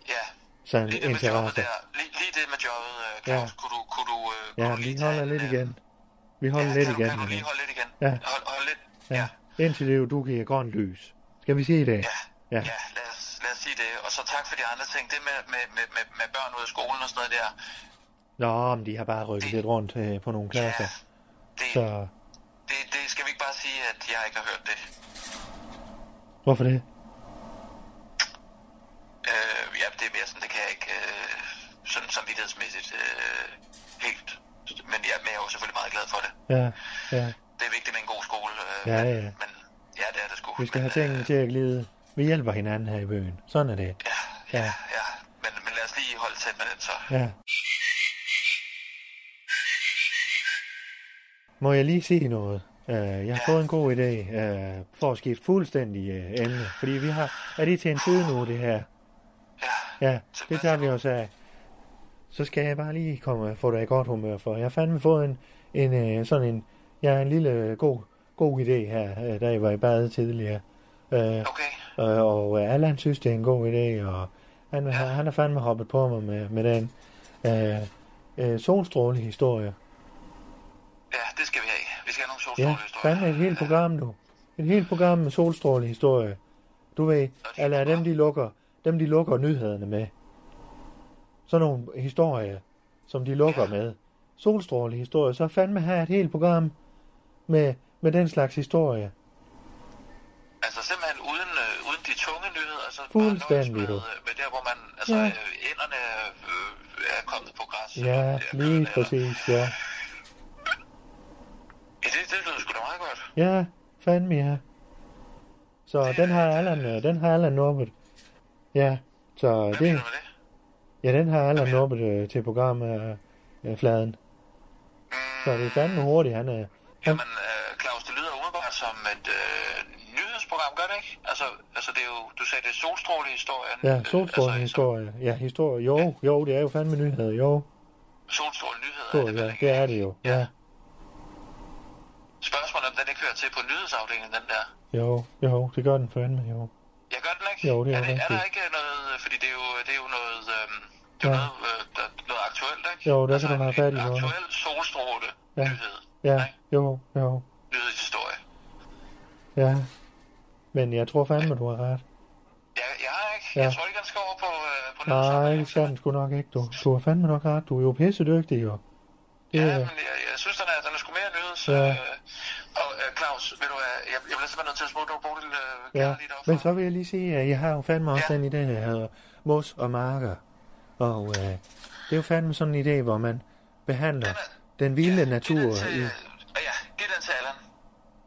B: Ja,
A: Sådan
B: Lige det med jobbet
A: interesse.
B: der. Lige, lige det med jobbet, øh, Claus.
A: Ja.
B: Ja. Kunne du, kunne du, øh, kunne
A: Ja,
B: du
A: vi
B: lige
A: holder
B: tage en,
A: lidt
B: øh,
A: igen. Vi holder
B: ja,
A: lidt
B: kan du-
A: igen.
B: Kan du
A: med
B: lige
A: det.
B: holde lidt igen?
A: Ja.
B: Hold, hold lidt.
A: Ja.
B: Ja.
A: Indtil det jo, du giver grønt lys. Skal vi sige det?
B: Ja.
A: Ja.
B: ja. ja lad, os, lad os sige det. Og så tak for de andre ting. Det med, med, med, med, med børn ud af skolen og sådan noget der.
A: Nå, men de har bare rykket lidt rundt øh, på nogle klasser.
B: Det,
A: Så
B: det, det skal vi ikke bare sige, at jeg ikke har hørt det.
A: hvorfor det?
B: Øh, ja, det er mere sådan, det kan jeg ikke øh, sådan samvittighedsmæssigt øh, helt. Men jeg, men jeg er jo selvfølgelig meget glad for det.
A: Ja, ja.
B: Det er vigtigt med en god skole. Øh,
A: Ja,
B: men-
A: ja.
B: Men ja, det er det sgu.
A: Vi skal
B: Men,
A: have tingene til at glide. Vi hjælper hinanden her i byen. Sådan er det.
B: Ja,
A: Ja.
B: ja, øh, ja. Men, men lad os lige holde tæt med den så.
A: Ja. Må jeg lige sige noget? Uh, jeg har fået en god idé uh, for at skifte fuldstændig uh, emne. Fordi vi har... Er det til en side nu, det her?
B: Ja.
A: Ja, det tager vi også af. Så skal jeg bare lige komme og få dig i godt humør for. Jeg har fandme fået en, en øh, sådan en, ja, en lille øh, god, god idé her, øh, da jeg var i bad tidligere. Øh,
B: Okay.
A: øh, og øh, Allan synes, det er en god idé, og han, han, han har fandme hoppet på mig med, med den øh, øh, solstrålehistorie.
B: Ja, det skal vi have. Vi skal have nogle
A: Ja,
B: solstrålehistorier.
A: fandme et helt program, du. Et helt program med solstrålehistorie. Du ved, eller er dem, de lukker, dem, de lukker nyhederne med. Sådan nogle historier, som de lukker med. Solstrålehistorie, så fandme have et helt program med, med den slags historie.
B: Altså simpelthen uden, øh, uden de tunge nyheder. Altså bare
A: Fuldstændig,
B: nøjes
A: du.
B: Med, øh, med der, hvor man, altså
A: Ja.
B: ja. øh, enderne øh, er kommet på græs.
A: Ja, lige præcis, ja.
B: Ja, det, det lyder sgu da meget godt.
A: Ja, fandme ja. Så den har Allan, øh, den har Allan nubbet. Ja, så
B: Hvad
A: det,
B: mener du med det?
A: ja, den har Allan nubbet øh, til programmet øh, øh, Fladen. Så det er fandme hurtigt, han er...
B: Jamen, øh, Claus, det lyder umiddelbart som et øh, nyhedsprogram, gør det ikke? Altså, altså det er jo, du sagde, det er solstrålehistorien.
A: Ja,
B: Øh, altså,
A: solstrålehistorie. Ja, historie. Jo, jo, det er jo fandme nyheder. Jo,
B: altså, solstråle nyheder.
A: jo ja, det er det jo. Ja,
B: Spørgsmålet om den ikke hører til på nyhedsafdelingen, den der.
A: jo, jo, det gør den fandme, jo.
B: Jeg gør den ikke?
A: Jo, det er
B: er, det, er
A: rigtigt.
B: der ikke noget, øh, fordi det er jo, det er jo noget, øhm, det er
A: Ja.
B: ja. noget, øh, der, noget aktuelt, ikke?
A: Jo, der kan du
B: en-
A: have fat i
B: en
A: noget.
B: Aktuel solstråle
A: Ja.
B: ja. nyhed.
A: Ja,
B: ikke?
A: jo, jo,
B: Nyhedshistorie.
A: ja. Men jeg tror fandme, du har ret.
B: Jeg, jeg har ikke.
A: Ja.
B: Jeg tror ikke, den skal over på, øh, på
A: Nej,
B: nyhedsafdelingen.
A: det altså skal den sgu nok ikke, du. Du har fandme nok ret. Du er jo pissedygtig, jo. Det
B: Ja,
A: er,
B: men jeg, jeg synes, den er, den er sgu mere nyheds.
A: Ja.
B: Ja. Øh, og øh, Claus, ved du hvad, jeg, jeg bliver simpelthen nødt til at smutte over Bodil.
A: ja.
B: Øh, kalder lige deroppe.
A: Men så vil jeg lige sige, at jeg har jo fandme også
B: Ja.
A: den idé, der hedder mos og marker. Og øh, det er jo fandme sådan en idé, hvor man behandler den vilde
B: Giv den
A: natur
B: til,
A: i...
B: øh, ja, giv den til Allan.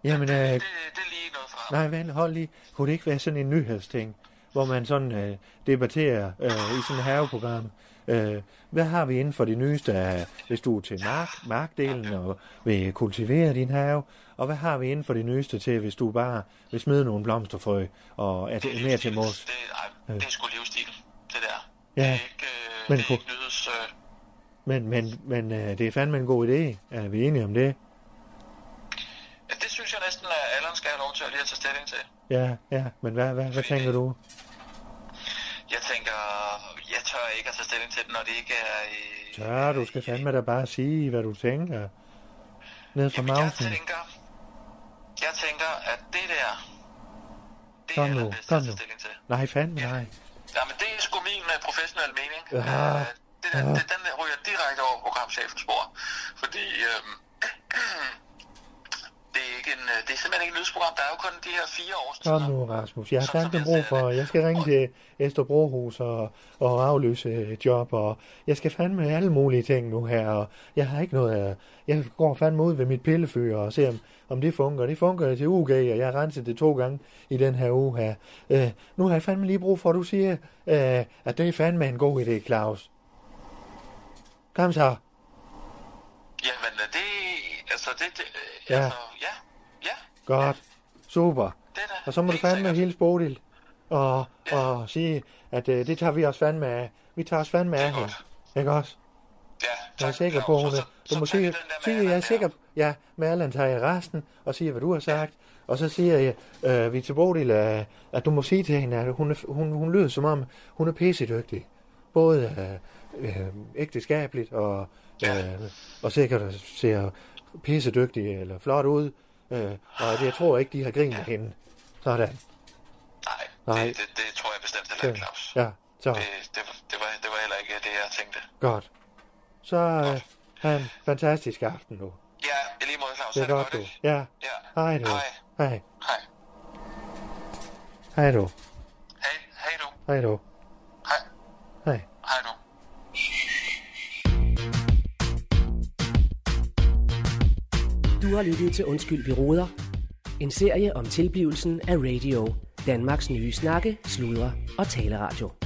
A: Jamen,
B: det,
A: øh,
B: det, det er lige noget fra ham.
A: Nej, vent, hold lige. Kunne det ikke være sådan en nyhedsting? hvor man sådan øh, debatterer øh, i sådan et haveprogram. Øh, hvad har vi inden for det nyeste, af, hvis du er til mark, markdelen og vil kultivere din have? Og hvad har vi inden for det nyeste til, hvis du bare vil smide nogle blomsterfrø og er til, mere til mos?
B: Det, ej, det er sgu livsstil, det der.
A: Ja,
B: det er ikke, øh,
A: men
B: det er
A: kunne-
B: ikke nyheds... Øh,
A: Men, men, men øh, det er fandme en god idé. Er vi enige om det?
B: ja, det synes jeg næsten, at Allan skal have lov til at lige at tage stilling til.
A: Ja, ja. Men hvad, hvad, hvad tænker du?
B: Jeg tænker, jeg tør ikke at tage stilling til det, når det ikke er i...
A: Ja, du skal fandme da bare sige, hvad du tænker. Ned fra
B: Jamen, jeg
A: mausen.
B: tænker, jeg tænker, at det der, det
A: Kom
B: er
A: nu,
B: det bedste
A: kom
B: at
A: nu.
B: tage stilling til.
A: Nej, fandme nej.
B: Jamen, det er sgu min uh, professionelle mening.
A: Ah.
B: Øh, det der, det, den ryger direkte over programchefens spor. Fordi øhm, det, er ikke en, øh, det er simpelthen ikke et nyhedsprogram. Der er jo kun de her fire års
A: Kom
B: tider.
A: nu, Rasmus. Jeg har
B: Sådan,
A: fandme
B: som
A: brug
B: jeg ser
A: for,
B: det.
A: jeg skal ringe til Esterbrohus og, og afløse et job, og jeg skal fandme alle mulige ting nu her, og jeg har ikke noget af, jeg går fandme ud ved mit pillefyr og ser, om, om det fungerer. Det fungerer til UG, og jeg har renset det to gange i den her uge her. Øh, nu har jeg fandme lige brug for, at du siger, øh, at det er fandme en god idé, Claus. Kom så.
B: Jamen, øh, det... Altså, det... det øh,
A: Ja.
B: Altså, ja. Ja,
A: Godt. Super.
B: det er da
A: Og så må du
B: helt
A: fandme
B: sikkert.
A: hilse Bodil og, og sige, at øh, det tager vi os fandme af. Vi tager os fandme af hende. Ikke også?
B: Ja,
A: Jeg er
B: tak,
A: sikker på,
B: Claus.
A: hun
B: Og
A: er.
B: så-
A: Du
B: så
A: må sige,
B: tager vi den der med
A: sige
B: Allan
A: jeg er
B: der.
A: sikker. Ja, med Allan tager jeg resten og siger, hvad du har sagt. Og så siger jeg, øh, vi til Bodil, øh, at du må sige til hende, at hun, er, hun, hun lyder som om, hun er pissedygtig. Både øh, øh, ægteskabeligt og, øh, og sikkert ser pissedygtig eller flot ud. Øh, og det, jeg tror ikke, de har grinet hende. Sådan.
B: Nej,
A: Nej.
B: Det, det, det tror jeg bestemt heller ikke, Claus.
A: Ja, så
B: Det, Øh, det, det, var, det var heller ikke det, jeg tænkte.
A: godt. Så øh, have en fantastisk aften nu.
B: Ja, i lige måde, Claus.
A: Det er
B: Ha'
A: godt, du.
B: ikke?
A: Ja,
B: Ja.
A: hej du.
B: Hej.
A: Hej.
B: Hej.
A: Hej du.
B: Hej, hej du.
A: Hej du.
B: Hej.
A: Hej.
B: Hej du.
C: Du har lyttet til Undskyld, vi råder. En serie om tilblivelsen af radio. Danmarks nye snakke, sludre og taleradio.